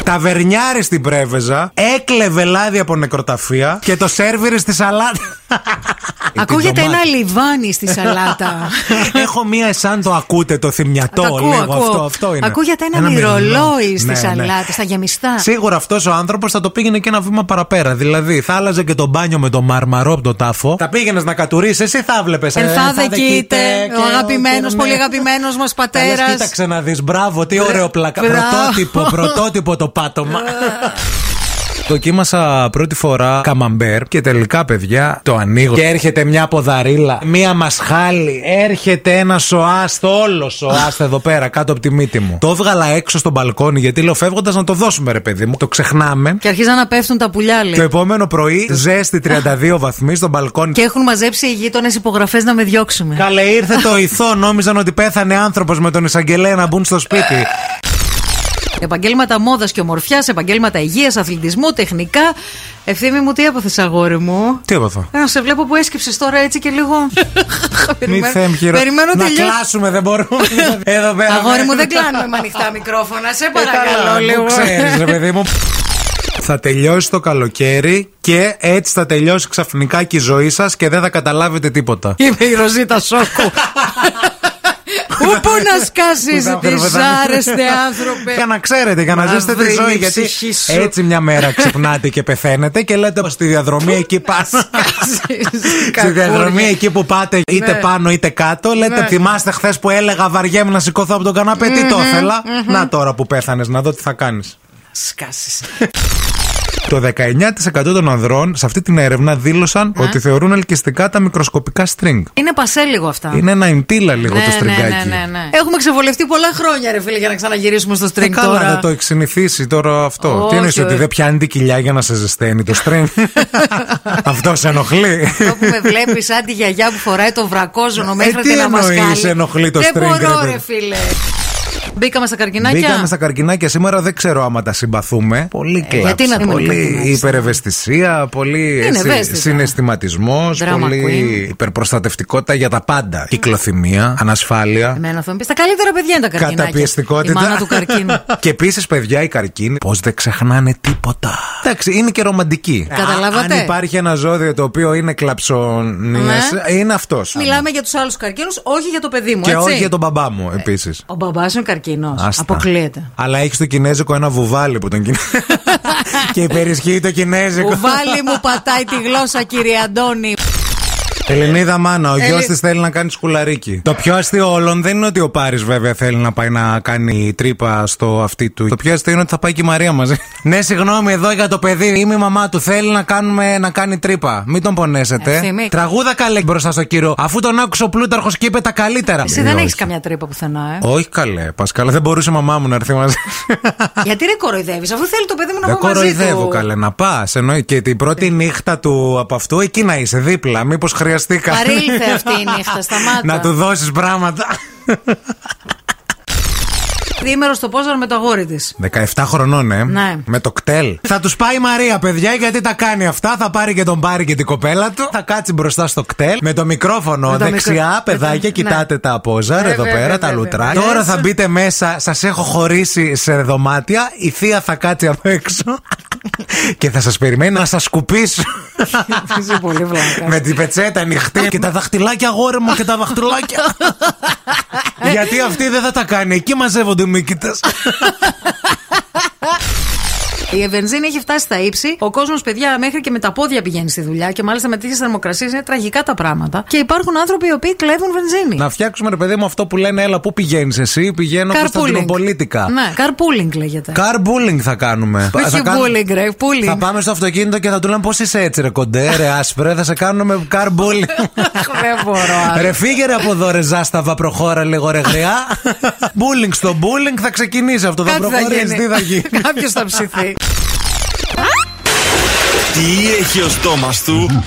Speaker 2: Ταβερνιάρης στην πρέβεζα, έκλεβε λάδι από νεκροταφεία και το σερβιρε στη σαλάτα.
Speaker 4: Ακούγεται
Speaker 2: Την
Speaker 4: ένα
Speaker 2: ντομάτα.
Speaker 4: λιβάνι στη σαλάτα.
Speaker 2: Έχω μία εσάν το ακούτε το θυμιατό
Speaker 4: Το ακούω,
Speaker 2: λίγο
Speaker 4: ακούω.
Speaker 2: αυτό, αυτό είναι. Ναι,
Speaker 4: Ακούγεται ένα μυρολόι στη σαλάτα, στα γεμιστά.
Speaker 2: Σίγουρα αυτός ο άνθρωπος θα το πήγαινε και ένα βήμα παραπέρα. Δηλαδή θα άλλαζε και το μπάνιο με το μαρμαρό από το τάφο. Θα πήγαινες να κατουρίσει, εσύ Ε, θα βλέπει.
Speaker 4: Ενθάδε κοίτα, ο αγαπημένος,
Speaker 2: ναι.
Speaker 4: πολύ αγαπημένος μας πατέρας.
Speaker 2: Κοίταξε να δεις, μπράβο, τι ωραίο πλακα.
Speaker 4: Μπράβο.
Speaker 2: Πρωτότυπο, πρωτότυπο το πάτωμα. Δοκίμασα πρώτη φορά καμαμπέρ και τελικά, παιδιά, το ανοίγω. Και έρχεται μια ποδαρίλα, μια μασχάλη. Έρχεται ένα σοάστο, όλο σοάστο εδώ πέρα, κάτω από τη μύτη μου. Το έβγαλα έξω στο μπαλκόνι γιατί λέω φεύγοντας να το δώσουμε, ρε παιδί μου. Το ξεχνάμε.
Speaker 4: Και αρχίζαν να πέφτουν τα πουλιά, λέει.
Speaker 2: Το επόμενο πρωί, ζέστη 32 βαθμοί στο μπαλκόνι.
Speaker 4: Και έχουν μαζέψει οι γείτονες υπογραφές να με διώξουν.
Speaker 2: Καλέ, ήρθε το ηθό. Νόμιζαν ότι πέθανε άνθρωπος με τον εισαγγελέα να μπουν στο σπίτι.
Speaker 4: Επαγγέλματα μόδας και ομορφιάς, επαγγέλματα υγείας, αθλητισμού, τεχνικά. Ευθύμη μου, τι έπαθες, αγόρι μου.
Speaker 2: Τι έπαθα.
Speaker 4: Ε, να σε βλέπω που έσκυψες τώρα έτσι και λίγο.
Speaker 2: Μη
Speaker 4: Περιμένω-
Speaker 2: θέμε χειρό.
Speaker 4: Περιμένω
Speaker 2: Να
Speaker 4: τελειώσει.
Speaker 2: κλάσουμε, δεν μπορούμε. Εδώ πέρα. ναι.
Speaker 4: Αγόρι μου, δεν κλάνουμε με ανοιχτά μικρόφωνα. Σε
Speaker 2: Ε, καλά,
Speaker 4: παρακαλώ
Speaker 2: μου
Speaker 4: λίγο.
Speaker 2: Ξέρεις, ρε παιδί μου. Θα τελειώσει το καλοκαίρι και έτσι θα τελειώσει ξαφνικά και η ζωή σας και δεν θα καταλάβετε τίποτα.
Speaker 4: Είμαι η Ροζίτα Σόκου. Πού να σκάσεις
Speaker 2: Που τα-
Speaker 4: δυσάρεστε άνθρωπε.
Speaker 2: Για να ξέρετε, για να
Speaker 4: Μαύρη
Speaker 2: ζήσετε τη ζωή.
Speaker 4: η
Speaker 2: Γιατί
Speaker 4: ψυχή σου.
Speaker 2: έτσι μια μέρα ξυπνάτε και πεθαίνετε και λέτε στη διαδρομή εκεί πα. Στη
Speaker 4: Κακούρια.
Speaker 2: διαδρομή εκεί που πάτε, είτε
Speaker 4: Ναι.
Speaker 2: πάνω είτε κάτω, λέτε Θυμάστε χθες που έλεγα βαριέμαι να σηκωθώ από τον καναπέ. Τι το ήθελα. Να τώρα που πέθανες, να δω τι θα κάνεις.
Speaker 4: Σκάσεις.
Speaker 2: Το 19% των ανδρών σε αυτή την έρευνα δήλωσαν ότι θεωρούν ελκυστικά τα μικροσκοπικά string.
Speaker 4: Είναι πασέ λίγο αυτά.
Speaker 2: Είναι ένα ιντίλα λίγο
Speaker 4: Ναι,
Speaker 2: το
Speaker 4: ναι,
Speaker 2: στριγκάκι.
Speaker 4: ναι, ναι, ναι. Έχουμε ξεβολευτεί πολλά χρόνια, ρε φίλε, για να ξαναγυρίσουμε στο
Speaker 2: Ε,
Speaker 4: string
Speaker 2: καλά,
Speaker 4: τώρα.
Speaker 2: δεν το έχεις συνηθίσει τώρα αυτό.
Speaker 4: Όχι,
Speaker 2: Τι εννοείς ότι
Speaker 4: όχι.
Speaker 2: δεν πιάνει την κοιλιά για να σε ζεσταίνει το string. αυτό σε ενοχλεί.
Speaker 4: Αυτό που με βλέπει σαν τη γιαγιά που φοράει το βρακόζωνο μέχρι
Speaker 2: Ε, τι
Speaker 4: την αμασκάλη.
Speaker 2: εννοείς, ενοχλεί το
Speaker 4: Δεν
Speaker 2: string,
Speaker 4: μπορώ,
Speaker 2: ρε
Speaker 4: ρε
Speaker 2: παιδί.
Speaker 4: φίλε. Μπήκαμε στα καρκινάκια.
Speaker 2: Μπήκαμε στα καρκινάκια σήμερα, δεν ξέρω άμα τα συμπαθούμε. Πολύ κλαψ,
Speaker 4: Ε, γιατί να τα
Speaker 2: πολύ
Speaker 4: καρκινάκια,
Speaker 2: υπερευαισθησία, πολύ
Speaker 4: Είναι
Speaker 2: συ-
Speaker 4: ευαίσθητα.
Speaker 2: συναισθηματισμός,
Speaker 4: Drama
Speaker 2: πολύ
Speaker 4: queen.
Speaker 2: υπερπροστατευτικότητα για τα πάντα. Κυκλοθυμία, ανασφάλεια.
Speaker 4: Εμένα θα μου πεις τα καλύτερα παιδιά είναι τα καρκινάκια.
Speaker 2: Καταπιεστικότητα.
Speaker 4: Η μάνα του καρκίνου.
Speaker 2: και επίσης, παιδιά, οι καρκίνοι πώς δεν ξεχνάνε τίποτα. Εντάξει, είναι και ρομαντικοί.
Speaker 4: Καταλάβατε?
Speaker 2: Α, Αν υπάρχει ένα ζώδιο το οποίο είναι κλαψονίας,
Speaker 4: Ναι.
Speaker 2: είναι αυτός.
Speaker 4: Μιλάμε για τους άλλους καρκίνους, όχι για το παιδί μου.
Speaker 2: Και
Speaker 4: έτσι.
Speaker 2: όχι για τον μπαμπά μου επίσης.
Speaker 4: Ο μπαμπάς είναι καρκίνο.
Speaker 2: Άστα.
Speaker 4: Αποκλείεται.
Speaker 2: Αλλά έχεις το κινέζικο ένα βουβάλι που τον κινέζικο. και υπερισχύει το κινέζικο.
Speaker 4: Ο Βάλη μου πατάει τη γλώσσα, κύριε Αντώνη.
Speaker 2: Ελληνίδα μάνα, ο γιο
Speaker 4: Ελλη-
Speaker 2: της θέλει να κάνει σκουλαρίκι. Το πιο αστείο όλων δεν είναι ότι ο Πάρης βέβαια θέλει να πάει να κάνει τρύπα στο αυτί του. Το πιο αστείο είναι ότι θα πάει και η Μαρία μαζί. ναι, συγγνώμη, εδώ για το παιδί. Είμαι η μαμά του. Θέλει να, κάνουμε, να κάνει τρύπα. Μην τον πονέσετε.
Speaker 4: Ευθύμη.
Speaker 2: Τραγούδα καλέ μπροστά στο κύριο. Αφού τον άκουσε ο Πλούταρχος και είπε τα καλύτερα.
Speaker 4: Εσύ
Speaker 2: Ε,
Speaker 4: δεν
Speaker 2: όχι.
Speaker 4: έχει καμιά τρύπα πουθενά, ε.
Speaker 2: Όχι καλέ, Πασκάλα, δεν μπορούσε η μαμά μου να έρθει μαζί.
Speaker 4: Γιατί ρε κοροϊδεύεις, αφού θέλει το παιδί μου να
Speaker 2: Δεν
Speaker 4: πάω μαζί
Speaker 2: Ε, κοροϊδεύω
Speaker 4: του. Ε.
Speaker 2: καλέ να πας. Και την πρώτη νύχτα του από αυτού εκεί να είσαι δίπλα. Μήπως χρειαστεί κάτι.
Speaker 4: Παρήλθε αυτή η νύχτα, σταμάτα.
Speaker 2: Να του δώσεις πράγματα.
Speaker 4: Διήμερο στο πόζαρο με το αγόρι της.
Speaker 2: 17 χρονών, ε.
Speaker 4: Ναι.
Speaker 2: Με το κτέλ. Θα τους πάει η Μαρία, παιδιά, γιατί τα κάνει αυτά. Θα πάρει και τον πάρει και την κοπέλα του. Θα κάτσει μπροστά στο κτέλ. Με το μικρόφωνο
Speaker 4: Με το
Speaker 2: δεξιά,
Speaker 4: μικρο-
Speaker 2: παιδάκια,
Speaker 4: με το-
Speaker 2: κοιτάτε
Speaker 4: ναι.
Speaker 2: τα απόζαρ
Speaker 4: Ε,
Speaker 2: εδώ
Speaker 4: βέβαια,
Speaker 2: πέρα, τα
Speaker 4: βέβαια.
Speaker 2: λουτράκια.
Speaker 4: Λες.
Speaker 2: Τώρα θα μπείτε μέσα, σας έχω χωρίσει σε δωμάτια. Η θεία θα κάτσει απ' έξω. και θα σας περιμένει να σας σκουπίσω.
Speaker 4: Είσαι πολύ βλάκα.
Speaker 2: Με την πετσέτα ανοιχτή και τα δαχτυλάκια, αγόρι μου, και τα δαχτυλάκια. Γιατί αυτή δεν θα τα κάνει. Εκεί μαζεύονται οι μύκητες.
Speaker 4: Η βενζίνη έχει φτάσει στα ύψη. Ο κόσμος, παιδιά, μέχρι και με τα πόδια πηγαίνει στη δουλειά και μάλιστα με τέτοιες θερμοκρασίες είναι τραγικά τα πράγματα. Και υπάρχουν άνθρωποι οι οποίοι κλέβουν βενζίνη.
Speaker 2: Να φτιάξουμε, ρε παιδί μου, αυτό που λένε, έλα, πού πηγαίνεις εσύ, πηγαίνω Κωνσταντινοπολίτικα.
Speaker 4: Ναι, καρπούλινγκ λέγεται.
Speaker 2: Car bullying θα κάνουμε.
Speaker 4: Όχι
Speaker 2: θα, κάνουμε-
Speaker 4: bullying, ρε, bullying.
Speaker 2: θα πάμε στο αυτοκίνητο και θα του λέμε πώς είσαι έτσι, ρε κοντέ, ρε άσπρε, θα σε κάνουμε με car bullying.
Speaker 4: Δεν μπορώ. άλλο.
Speaker 2: ρε φύγε ρε από εδώ, ρε ζάσταβα, προχώρα λίγο, ρε γριά. bullying στο bullying θα ξεκινήσει αυτό, θα
Speaker 4: Κάτι θα
Speaker 2: προχωρήσει,
Speaker 4: γίνει.
Speaker 2: τι θα γίνει.
Speaker 4: Κάποιος θα ψηθεί.
Speaker 1: Τι έχει ο στόμας του.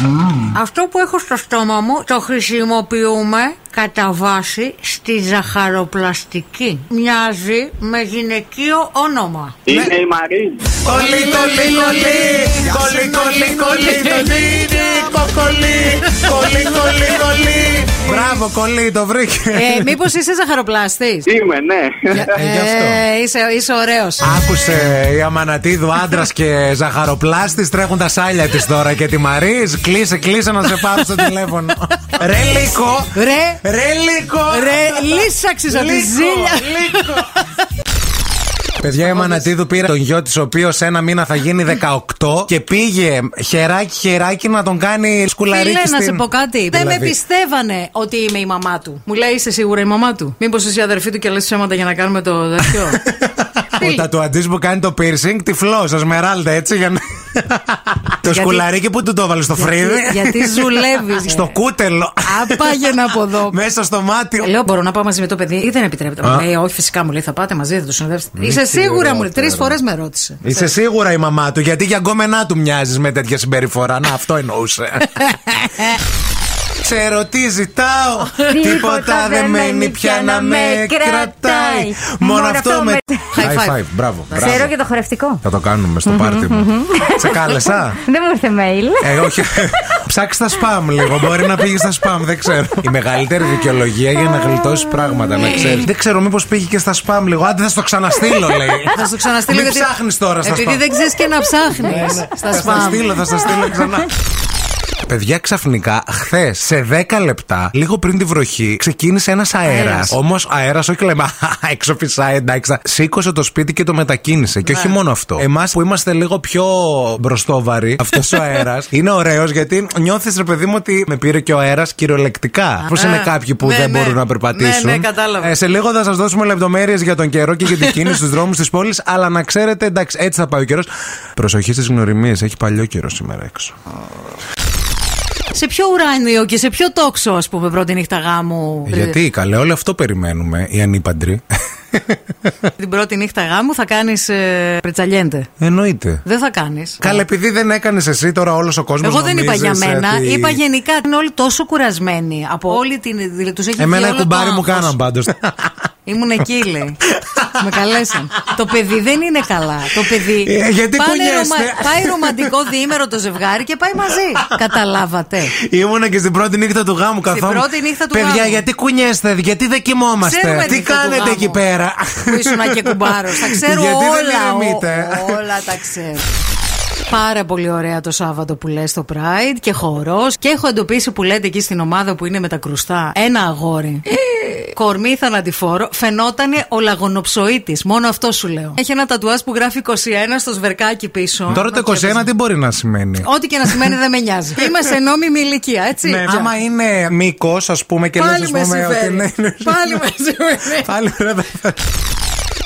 Speaker 4: Αυτό που έχω στο στόμα μου το χρησιμοποιούμε κατά βάση στη ζαχαροπλαστική. Μοιάζει με γυναικείο όνομα.
Speaker 3: Είναι η Μαρή.
Speaker 2: Κολλή, κολλή, κολλή, κολλή, κολλή, κολλή, κολλή, κολλή, κολλή, κολλή. Μπράβο, κολλή, το βρήκε.
Speaker 4: Ε, Μήπως είσαι ζαχαροπλαστής
Speaker 3: Είμαι, ναι.
Speaker 2: Ε, γι' αυτό.
Speaker 4: Ε, είσαι, είσαι ωραίος.
Speaker 2: Άκουσε η Αμανατίδου άντρας και ζαχαροπλάστης τρέχουν τα σάλια της τώρα και τη Μαρής. Κλείσε, κλείσε να σε πάρω στο τηλέφωνο. Ρε λύκο!
Speaker 4: Ρε,
Speaker 2: Ρε λύκο!
Speaker 4: ρε, λύσαξες από τη
Speaker 2: Λύκο,
Speaker 4: ζήλια.
Speaker 2: Παιδιά, η Μανατίδου πήρε τον γιο της, ο οποίος σε ένα μήνα θα γίνει 18 και πήγε χεράκι-χεράκι να τον κάνει σκουλαρίκι.
Speaker 4: Φίλε, να
Speaker 2: στην-
Speaker 4: σε πω κάτι. Δεν με
Speaker 2: Δηλαδή,
Speaker 4: πιστεύανε ότι είμαι η μαμά του. Μου λέει είσαι σίγουρα η μαμά του. Μήπως είσαι η αδερφή του και λες ψέματα για να κάνουμε το τέτοιο.
Speaker 2: Ο τατουατζής που κάνει το piercing, τυφλός, ασμεράλτα έτσι. Για να... το σκουλαρίκι που του το έβαλε στο φρύδι.
Speaker 4: γιατί ζουλεύεις.
Speaker 2: στο κούτελο.
Speaker 4: Απάγαινε από εδώ.
Speaker 2: Μέσα στο μάτι.
Speaker 4: Ε, Λέω, μπορώ να πάω μαζί με το παιδί ή δεν επιτρέπεται. Μου λέει, όχι, φυσικά μου λέει, θα πάτε μαζί, θα το συνοδεύσετε. Είσαι σίγουρα, μου λέει. Τρεις φορές με ρώτησε.
Speaker 2: Είσαι σίγουρα η μαμά του, γιατί για γκόμενά του μοιάζεις με τέτοια συμπεριφορά. Να, αυτό εννοούσε. Ξέρω τι ζητάω. Τίποτα δεν μένει πια να με κρατάει. Μόνο αυτό με.
Speaker 4: High
Speaker 2: High
Speaker 4: five.
Speaker 2: five, μπράβο.
Speaker 6: Ξέρω
Speaker 2: μπράβο.
Speaker 6: και το χορευτικό. Λοιπόν,
Speaker 2: Θα το κάνουμε στο πάρτι μου. Σε κάλεσα.
Speaker 6: Δεν μου ήρθε mail.
Speaker 2: Ε, όχι. Ψάξε τα spam λίγο. Μπορεί να πήγες στα spam, δεν ξέρω. Η μεγαλύτερη δικαιολογία για να γλιτώσεις πράγματα, να ξέρεις. Δεν ξέρω, μήπως πήγε και στα spam λίγο. Άντε, θα στο ξαναστείλω, λέει.
Speaker 4: Θα σου ξαναστείλω
Speaker 2: Μην ψάχνεις τώρα στα
Speaker 4: Επειδή
Speaker 2: spam.
Speaker 4: δεν ξέρεις και να ψάχνεις. Στα
Speaker 2: ναι. Θα στα
Speaker 4: σπαμ.
Speaker 2: στείλω, θα στα στείλω ξανά. Παιδιά, ξαφνικά, χθες σε 10 λεπτά, λίγο πριν τη βροχή, ξεκίνησε ένας αέρας.
Speaker 4: Αέρας.
Speaker 2: Όμως αέρας, όχι λέμε, «Α, έξω φυσάει, εντάξει. θα-». Σήκωσε το σπίτι και το μετακίνησε. Και όχι μόνο αυτό. Εμάς που είμαστε λίγο πιο μπροστόβαροι, αυτός ο αέρας είναι ωραίος γιατί νιώθεις, ρε παιδί μου, ότι με πήρε και ο αέρας κυριολεκτικά. Πώς είναι κάποιοι που
Speaker 4: ναι,
Speaker 2: δεν
Speaker 4: ναι.
Speaker 2: μπορούν να
Speaker 4: Ναι,
Speaker 2: περπατήσουν.
Speaker 4: ναι, κατάλαβα.
Speaker 2: Ε, σε λίγο θα σας δώσουμε λεπτομέρειες για τον καιρό και για την κίνηση στους δρόμους της πόλης. Αλλά να ξέρετε, εντάξει, έτσι θα πάει ο καιρός. Προσοχή στις γνωριμίες, έχει παλιό καιρό σήμερα έξω.
Speaker 4: Σε ποιο ουράνιο και σε ποιο τόξο, ας πούμε, πρώτη νύχτα γάμου.
Speaker 2: Ε, Γιατί, καλέ, όλο αυτό περιμένουμε, οι ανήπαντροι.
Speaker 4: Την πρώτη νύχτα γάμου θα κάνεις ε, πριτσαλιέντε.
Speaker 2: Εννοείται.
Speaker 4: Δεν θα κάνεις.
Speaker 2: Καλά, επειδή δεν έκανες εσύ τώρα όλος ο κόσμος.
Speaker 4: Εγώ δεν είπα για
Speaker 2: ε,
Speaker 4: μένα, είπα γενικά. Είναι όλοι τόσο κουρασμένοι από όλη την. Δηλαδή, τους έχει
Speaker 2: Εμένα
Speaker 4: βγει
Speaker 2: οι
Speaker 4: όλο το
Speaker 2: κουμπάρι μου
Speaker 4: άγχος.
Speaker 2: κάναν πάντως.
Speaker 4: Ήμουν εκεί, λέει. Με καλέσαν. Το παιδί δεν είναι καλά. Το παιδί.
Speaker 2: Ε, γιατί
Speaker 4: Πάνε
Speaker 2: κουνιέστε?
Speaker 4: Πάει ρομαντικό διήμερο το ζευγάρι και πάει μαζί. Καταλάβατε.
Speaker 2: Ήμουνα και στην πρώτη νύχτα του γάμου καθόλου.
Speaker 4: πρώτη νύχτα του
Speaker 2: Παιδιά,
Speaker 4: γάμου.
Speaker 2: γιατί κουνιέστε, γιατί δεν
Speaker 4: Ξέρουμε
Speaker 2: κοιμόμαστε. Τι
Speaker 4: νύχτα του
Speaker 2: κάνετε
Speaker 4: γάμου.
Speaker 2: εκεί πέρα.
Speaker 4: Που ήσουν και κουμπάρο. Τα ξέρω
Speaker 2: Γιατί
Speaker 4: όλα.
Speaker 2: δεν ηρεμείτε.
Speaker 4: ό- όλα τα ξέρω. Πάρα πολύ ωραία το Σάββατο που λες στο Pride και χορός. Και έχω εντοπίσει που λέτε εκεί στην ομάδα που είναι με τα κρουστά. Ένα αγόρι.
Speaker 2: Ε.
Speaker 4: Κορμί θανατηφόρο. Φαινότανε ο λαγονοψοίτης. Μόνο αυτό σου λέω. Έχει ένα τατουάζ που γράφει 21 στο σβερκάκι πίσω.
Speaker 2: Τώρα το 21 τι μπορεί να σημαίνει.
Speaker 4: Ό,τι και να σημαίνει δεν με νοιάζει. Είμαι σε νόμιμη ηλικία, έτσι.
Speaker 2: Ναι, άμα είναι μήκος, ας πούμε, και λες,
Speaker 4: Πάλι
Speaker 2: ας
Speaker 4: με
Speaker 2: πούμε, ότι
Speaker 4: συμφέρει.
Speaker 2: ναι, ναι.
Speaker 4: Πάλι με συμφέρει.
Speaker 2: Πάλι ρε, δεν-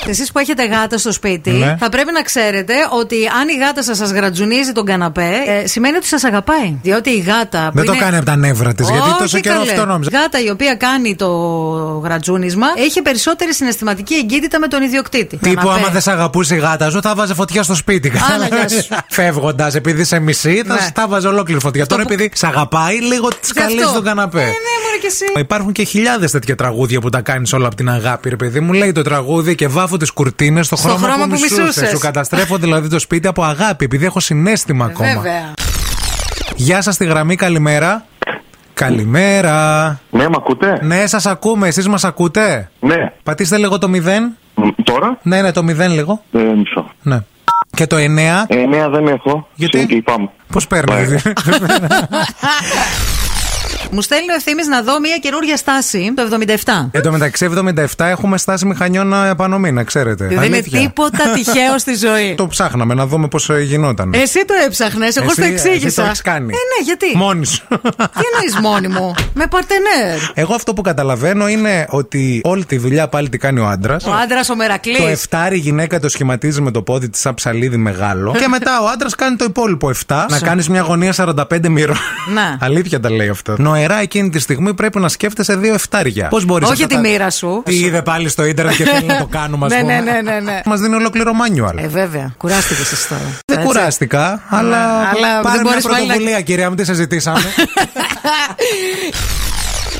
Speaker 4: Εσείς που έχετε γάτα στο σπίτι,
Speaker 2: Ναι.
Speaker 4: θα πρέπει να ξέρετε ότι αν η γάτα σας γρατζουνίζει τον καναπέ, ε, σημαίνει ότι σας αγαπάει. Διότι η γάτα. Που
Speaker 2: Δεν το
Speaker 4: είναι-
Speaker 2: κάνει από τα νεύρα της, γιατί
Speaker 4: Ναι. Όχι,
Speaker 2: τόσο καιρό
Speaker 4: καλέ.
Speaker 2: αυτό νόμιζα.
Speaker 4: Γάτα η οποία κάνει το γρατζούνισμα έχει περισσότερη συναισθηματική εγκύτητα με τον ιδιοκτήτη.
Speaker 2: Τύπου,
Speaker 4: Καναπέ.
Speaker 2: άμα δεν σε αγαπούσε η γάτα σου, θα βάζε φωτιά στο σπίτι.
Speaker 4: Άνα, γεια σου.
Speaker 2: Φεύγοντας, επειδή σε μισή, θα
Speaker 4: Ναι.
Speaker 2: ναι. τα βάζε ολόκληρη φωτιά. Τώρα, επειδή σε αγαπάει, λίγο τη
Speaker 4: Γι' αυτό.
Speaker 2: καλεί στον καναπέ.
Speaker 4: Ε, ναι, μόνο και εσύ.
Speaker 2: Υπάρχουν και χιλιάδες τέτοια τραγούδια που τα κάνεις όλα από την αγάπη, ρε παιδί μου. Λέει το τραγούδι και βάφω τις κουρτίνες στο,
Speaker 4: Στο χρώμα που μισούσες. Ε,
Speaker 2: Σου καταστρέφω δηλαδή το σπίτι από αγάπη, επειδή έχω συνέστημα ακόμα.
Speaker 4: Βέβαια.
Speaker 2: Γεια σας στη γραμμή, καλημέρα. Καλημέρα.
Speaker 8: Ναι, μ' ακούτε.
Speaker 2: Ναι, σας ακούμε, εσείς μας ακούτε.
Speaker 8: Ναι.
Speaker 2: Πατήστε λίγο το 0.
Speaker 8: Μ, Τώρα.
Speaker 2: Ναι, ναι, το 0 λίγο.
Speaker 8: Ε, μισό.
Speaker 2: Ναι. Και το 9.
Speaker 8: Ε, ναι, δεν έχω.
Speaker 2: Γιατί?
Speaker 8: Συ- Λυπάμαι.
Speaker 2: Πώς παίρνεις.
Speaker 4: Μου στέλνει ο ευθύνη να δω μια καινούργια στάση το 77.
Speaker 2: Εν τω μεταξύ, 77 έχουμε στάσει μηχανιών ε, επανομή, να ξέρετε.
Speaker 4: Δεν Δηλαδή είναι
Speaker 2: Ε, Αλήθεια.
Speaker 4: τίποτα τυχαίο στη ζωή.
Speaker 2: Το ψάχναμε να δούμε πώς γινόταν.
Speaker 4: Εσύ το έψαχνες, Ε, εγώ
Speaker 2: Εσύ-
Speaker 4: στο εξήγησα.
Speaker 2: εσύ το έχεις κάνει.
Speaker 4: Ε, ναι, γιατί.
Speaker 2: Μόνη σου.
Speaker 4: Τι εννοείς μόνη μου. Με παρτενέρ.
Speaker 2: Εγώ αυτό που καταλαβαίνω είναι ότι όλη τη δουλειά πάλι τη κάνει ο άντρας.
Speaker 4: Ο άντρας ο Μερακλής.
Speaker 2: Το 7 η γυναίκα το σχηματίζει με το πόδι της σαν ψαλίδι μεγάλο.
Speaker 4: Ε.
Speaker 2: και μετά ο άντρας κάνει το υπόλοιπο 7. να κάνεις μια γωνία 45 μυρών.
Speaker 4: Να.
Speaker 2: Αλήθεια τα λέει αυτό. Νοερά εκείνη τη στιγμή πρέπει να σκέφτεσαι δύο εφτάρια. Πώς μπορείς
Speaker 4: Όχι τη μοίρα σου.
Speaker 2: Τι είδε πάλι στο ίντερνετ και θέλει να το κάνουμε, ας
Speaker 4: Ναι,
Speaker 2: πούμε.
Speaker 4: ναι, ναι, ναι, ναι.
Speaker 2: Μας δίνει ολόκληρο manual.
Speaker 4: Ε, βέβαια. Κουράστηκες εσύ τώρα.
Speaker 2: Δεν
Speaker 4: Έτσι. Ναι,
Speaker 2: κουράστηκα, αλλά,
Speaker 4: αλλά
Speaker 2: πάρε
Speaker 4: δεν
Speaker 2: μια
Speaker 4: μπορείς πάλι να-
Speaker 2: πρωτοβουλία, κυρία μου, τι συζητήσαμε.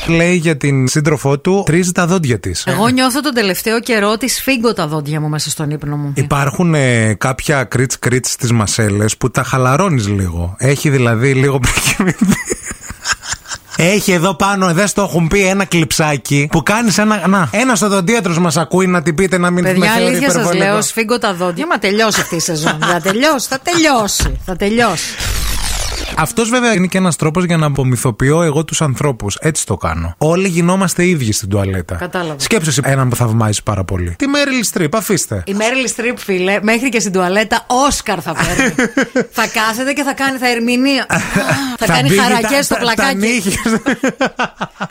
Speaker 2: Λέει για την σύντροφό του, τρίζει τα δόντια της.
Speaker 4: Εγώ νιώθω τον τελευταίο καιρό ότι σφίγγω τα δόντια μου μέσα στον ύπνο μου.
Speaker 2: Υπάρχουν ε, κάποια κρίτς κρίτς στις μασέλες που τα χαλαρώνεις λίγο. Έχει δηλαδή λίγο πριν κοιμηθεί. Έχει εδώ πάνω, δεν στο έχουν πει, ένα κλειψάκι που κάνει ένα. Να, ένας οδοντίατρος μας ακούει να την πείτε να μην με
Speaker 4: Παιδιά,
Speaker 2: θεωρεί
Speaker 4: αλήθεια σας
Speaker 2: υπερβολικό.
Speaker 4: λέω, σφίγγω τα δόντια. Μα τελειώσει αυτή η σεζόν. θα τελειώσει, θα τελειώσει. Θα τελειώσει.
Speaker 2: Αυτός βέβαια είναι και ένας τρόπος για να απομυθοποιώ εγώ τους ανθρώπους. Έτσι το κάνω. Όλοι γινόμαστε ίδιοι στην τουαλέτα.
Speaker 4: Κατάλαβα.
Speaker 2: Σκέψεσαι έναν που θαυμάζεις πάρα πολύ. Τη Μέριλ Στριπ, αφήστε.
Speaker 4: Η Μέρλι Στριπ, φίλε, μέχρι και στην τουαλέτα, Όσκαρ θα παίρνει. θα κάθεται και θα κάνει, θα ερμηνεία. Α, θα, κάνει
Speaker 2: μπήγει
Speaker 4: χαρακέ στο
Speaker 2: τα- τα- τα
Speaker 4: πλακάκι.
Speaker 2: νύχια.
Speaker 4: Είμαι-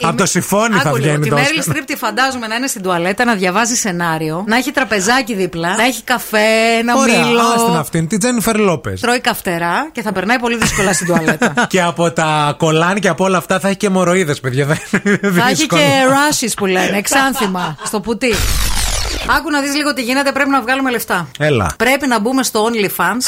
Speaker 2: Από το σιφόνι θα
Speaker 4: Άκου λίγο,
Speaker 2: βγαίνει
Speaker 4: Τη
Speaker 2: το
Speaker 4: Μέρλι
Speaker 2: Όσκαρ.
Speaker 4: Στριπ τη φαντάζομαι να είναι στην τουαλέτα, να διαβάζει σενάριο, να έχει τραπεζάκι δίπλα, να έχει καφέ, ένα
Speaker 2: Ωραία,
Speaker 4: μήλο.
Speaker 2: ας την αυτήν, την Τζένιφερ Λόπε.
Speaker 4: Τρώει καυτερά και θα περνάει πολύ δύσκολα στην τουαλέτα.
Speaker 2: και από τα κολάν και από όλα αυτά θα έχει και μοροίδες, παιδιά. Δεν είναι
Speaker 4: Θα έχει
Speaker 2: δύσκολο.
Speaker 4: και rushes που λένε, εξάνθημα στο πουτί. Άκου να δεις λίγο τι γίνεται, πρέπει να βγάλουμε λεφτά.
Speaker 2: Έλα.
Speaker 4: Πρέπει να μπούμε στο OnlyFans.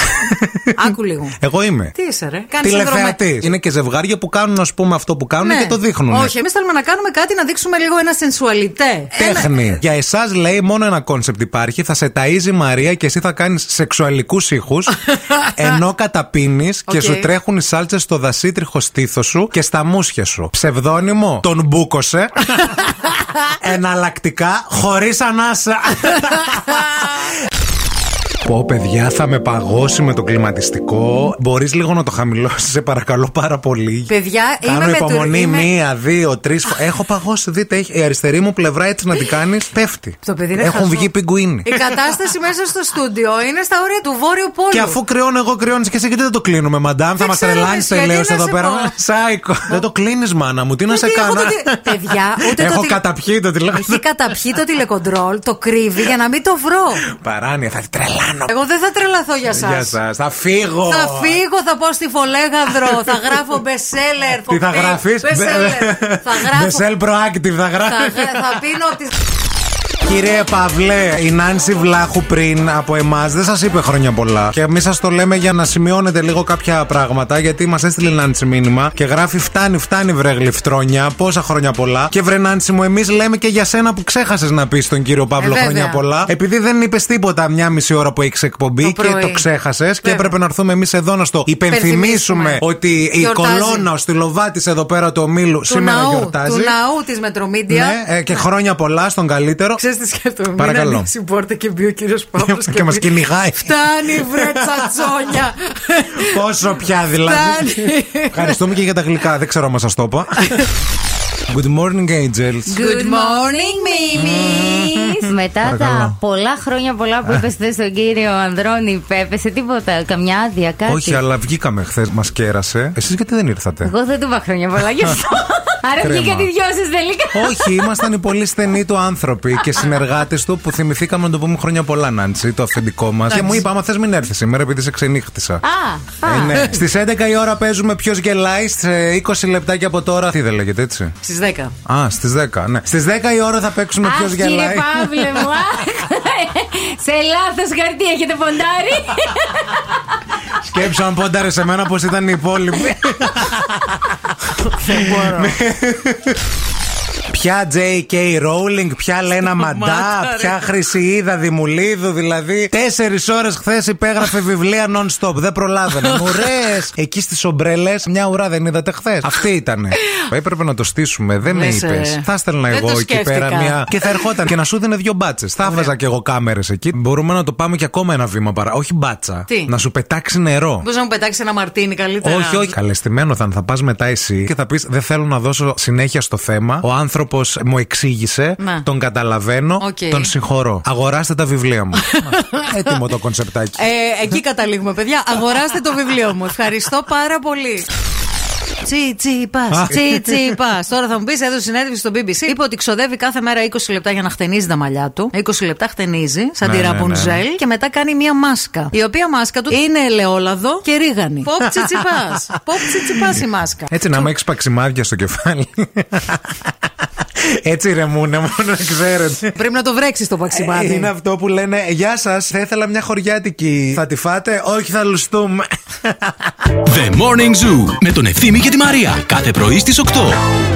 Speaker 4: Άκου λίγο.
Speaker 2: Εγώ είμαι.
Speaker 4: Τι είσαι, ρε. Κάνεις Ναι.
Speaker 2: Τηλεθεατή. Είναι και ζευγάρια που κάνουν, ας πούμε, αυτό που κάνουν και το δείχνουν.
Speaker 4: Όχι, εμείς θέλουμε να κάνουμε κάτι να δείξουμε λίγο ένα σενσουαλιτέ.
Speaker 2: Τέχνη. Για εσάς λέει μόνο ένα κόνσεπτ υπάρχει. Θα σε ταΐζει η Μαρία και εσύ θα κάνεις σεξουαλικούς ήχους. ενώ καταπίνεις και
Speaker 4: Οκ.
Speaker 2: σου τρέχουν οι σάλτσες στο δασίτριχο στήθος σου και στα μουσια σου. Ψευδόνυμο. Τον μπούκοσε. Εναλλακτικά χωρίς ανάσα. Πω παιδιά θα με παγώσει με το κλιματιστικό Μπορείς λίγο να το χαμηλώσεις σε παρακαλώ πάρα πολύ
Speaker 4: Παιδιά, είμαι
Speaker 2: Κάνω
Speaker 4: με το-
Speaker 2: υπομονή
Speaker 4: είμαι-
Speaker 2: μία, δύο, τρεις φορέ. Έχω παγώσει. Δείτε, έχει- η αριστερή μου πλευρά έτσι να την κάνεις, πέφτει.
Speaker 4: Το παιδί είναι
Speaker 2: Έχουν
Speaker 4: χαζό. Ε,
Speaker 2: βγει πιγκουίνι.
Speaker 4: Η κατάσταση μέσα στο στούντιο είναι στα όρια του Βόρειου Πόλου.
Speaker 2: Και αφού κρυώνω εγώ, κρυώνεις και εσύ, γιατί δεν το κλείνουμε, μαντάμ. Θα
Speaker 4: Δεν
Speaker 2: μας
Speaker 4: ξέρω,
Speaker 2: τρελάνεις
Speaker 4: εσύ, γιατί
Speaker 2: τελείω
Speaker 4: να
Speaker 2: εδώ
Speaker 4: σε
Speaker 2: πέρα.
Speaker 4: πω.
Speaker 2: Σάικο. Δεν το κλείνεις, μάνα μου. Τι να σε
Speaker 4: Γιατί έχω
Speaker 2: κάνω.
Speaker 4: το τι- Παιδιά, ούτε το
Speaker 2: Έχω
Speaker 4: τι-
Speaker 2: καταπιεί το
Speaker 4: Έχει
Speaker 2: τηλέφωνο.
Speaker 4: καταπιεί το τηλεκοντρόλ, το κρύβει για να μην το βρω.
Speaker 2: Παράνοια, θα τρελάνω.
Speaker 4: Εγώ δεν θα τρελαθώ για
Speaker 2: Γεια
Speaker 4: σας
Speaker 2: σας. Θα φύγω.
Speaker 4: Θα φύγω, θα πάω στη Φολέγανδρο, θα γράφω bestseller.
Speaker 2: Τι θα
Speaker 4: κοπή,
Speaker 2: γράφει.
Speaker 4: bestseller. Θα γράφω.
Speaker 2: Bessel Proactive θα
Speaker 4: θα,
Speaker 2: γράφει.
Speaker 4: γρα- θα πίνω από τις...
Speaker 2: Κύριε Παυλέ, η Νάνση Βλάχου πριν από εμάς δεν σας είπε χρόνια πολλά. Και εμείς σας το λέμε για να σημειώνετε λίγο κάποια πράγματα. Γιατί μας έστειλε η Νάνση μήνυμα και γράφει: Φτάνει, φτάνει, βρε γλυφτρόνια. Πόσα χρόνια πολλά. Και βρε Νάνση μου, εμείς λέμε και για σένα που ξέχασες να πεις στον κύριο Παύλο
Speaker 4: Ε,
Speaker 2: χρόνια
Speaker 4: βέβαια.
Speaker 2: πολλά. Επειδή δεν είπες τίποτα μια μισή ώρα που έχεις εκπομπή
Speaker 4: Το
Speaker 2: και
Speaker 4: πρωί.
Speaker 2: το ξέχασες και
Speaker 4: Βέβαια.
Speaker 2: έπρεπε να έρθουμε εμείς εδώ να στο υπενθυμίσουμε
Speaker 4: Υπενθυμίσουμε.
Speaker 2: ότι η
Speaker 4: Γιορτάζει.
Speaker 2: κολόνα, ο στυλοβάτης εδώ πέρα του ομίλου
Speaker 4: του
Speaker 2: σήμερα
Speaker 4: ναού,
Speaker 2: γιορτάζει.
Speaker 4: του ναού της Μετρομίντια.
Speaker 2: Ναι, ε, και χρόνια πολλά στον καλύτερο.
Speaker 4: Ξέρεις τι σκέφτομαι. μην
Speaker 2: Παρακαλώ.
Speaker 4: ανοίξει η πόρτα και μπει ο κύριος Παύλος
Speaker 2: Και μας
Speaker 4: πει,
Speaker 2: κυνηγάει.
Speaker 4: Φτάνει βρε τσατσόνια.
Speaker 2: Πόσο πια δηλαδή.
Speaker 4: Φτάνει.
Speaker 2: Ευχαριστούμε και για τα γλυκά. Δεν ξέρω αν σας το είπα. Good morning, Angels.
Speaker 4: Good morning, Mimi.
Speaker 6: Μετά
Speaker 2: Ε, Παρακαλώ.
Speaker 6: τα πολλά χρόνια πολλά που είπε χθες στον κύριο Ανδρώνη, Πέπε, σε τίποτα, καμιά άδεια, κάτι.
Speaker 2: Όχι, αλλά βγήκαμε χθες, μας κέρασε. Εσείς γιατί δεν ήρθατε.
Speaker 6: Εγώ δεν του είπα χρόνια πολλά γι' αυτό. Άρα
Speaker 2: Κρίμα.
Speaker 6: βγήκατε οι δυο σας τελικά.
Speaker 2: Όχι, ήμασταν οι πολύ στενοί του άνθρωποι και συνεργάτες του που θυμηθήκαμε να το πούμε χρόνια πολλά, Νάντσι, το αφεντικό μας. Και μου είπα, άμα θες, μην έρθει σήμερα επειδή σε ξενύχτησα.
Speaker 6: Α, α.
Speaker 2: Ε, ναι. Στις 11 η ώρα παίζουμε ποιος γελάει, σε 20 λεπτάκια από τώρα. Τι δεν λέγεται έτσι.
Speaker 4: Στις 10.
Speaker 2: Α, στις 10, ναι. Στις 10 η ώρα θα παίξουμε ποιος
Speaker 6: Αχ, κύριε
Speaker 2: γελάει.
Speaker 6: Παύλε μου, αχ. σε λάθος χαρτί έχετε ποντάρει.
Speaker 2: Σκέψω αν πόνταρε σε μένα πώς ήταν οι υπόλοιποι. Ποια J.K. Rowling, ποια Λένα Μαντά, ποια Χρυσιίδα Δημουλίδου, δηλαδή. Τέσσερις ώρες χθες υπέγραφε βιβλία non-stop. Δεν προλάβαινε. Ωραίε! Εκεί στις ομπρέλες, μια ουρά δεν είδατε χθες. Αυτή ήτανε. Έπρεπε να το στήσουμε, δεν με
Speaker 4: Λες,
Speaker 2: είπες.
Speaker 4: ε.
Speaker 2: Θα στέλνα
Speaker 4: Δεν
Speaker 2: εγώ
Speaker 4: το
Speaker 2: εκεί πέρα
Speaker 4: σκέφτηκα. Ναι.
Speaker 2: μια. Και θα ερχόταν και να σου δίνε δύο μπάτσες. Θα έβαζα κι εγώ κάμερες εκεί. Μπορούμε να το πάμε και ακόμα ένα βήμα παρά. Όχι μπάτσα.
Speaker 4: Τι?
Speaker 2: Να σου πετάξει νερό.
Speaker 4: Μπορείς να μου πετάξεις ένα μαρτίνι καλύτερα.
Speaker 2: Όχι, όχι. Καλεστημένο θα είναι. Θα πας μετά εσύ και θα πεις: Δεν θέλω να δώσω συνέχεια στο θέμα. Ο άνθρωπος μου εξήγησε.
Speaker 4: Να.
Speaker 2: Τον καταλαβαίνω.
Speaker 4: Οκ.
Speaker 2: Τον συγχωρώ. Αγοράστε τα βιβλία μου. Έτοιμο το κονσεπτάκι.
Speaker 4: Ε, εκεί καταλήγουμε, παιδιά. Αγοράστε το βιβλίο μου. Ευχαριστώ πάρα πολύ. Τσι τσι πας. Τσι τσι πας. Τώρα θα μου πεις, έδωσε συνέντευξη στο BBC. Είπε ότι ξοδεύει κάθε μέρα 20 λεπτά για να χτενίζει τα μαλλιά του. 20 λεπτά χτενίζει, σαν
Speaker 2: Ναι,
Speaker 4: τη
Speaker 2: ναι, ναι.
Speaker 4: ραπουνζέλ. Και μετά κάνει μία μάσκα. Η οποία μάσκα του είναι ελαιόλαδο και ρίγανη. Ποπ τσι τσι πας. Ποπ τσι τσι πας η μάσκα.
Speaker 2: Έτσι να με έχει παξιμάδια στο κεφάλι. Έτσι ρεμούνε, μόνο να ξέρετε.
Speaker 4: Πρέπει να το βρέξεις το
Speaker 2: Ε, Είναι
Speaker 4: παξιμάδι.
Speaker 2: αυτό που λένε Γεια σας, θα ήθελα μια χωριάτικη. Θα τη φάτε, όχι, θα λουστούμε.
Speaker 1: The Morning Zoo με τον Ευθύμη και τη Μαρία. Κάθε πρωί στις 8.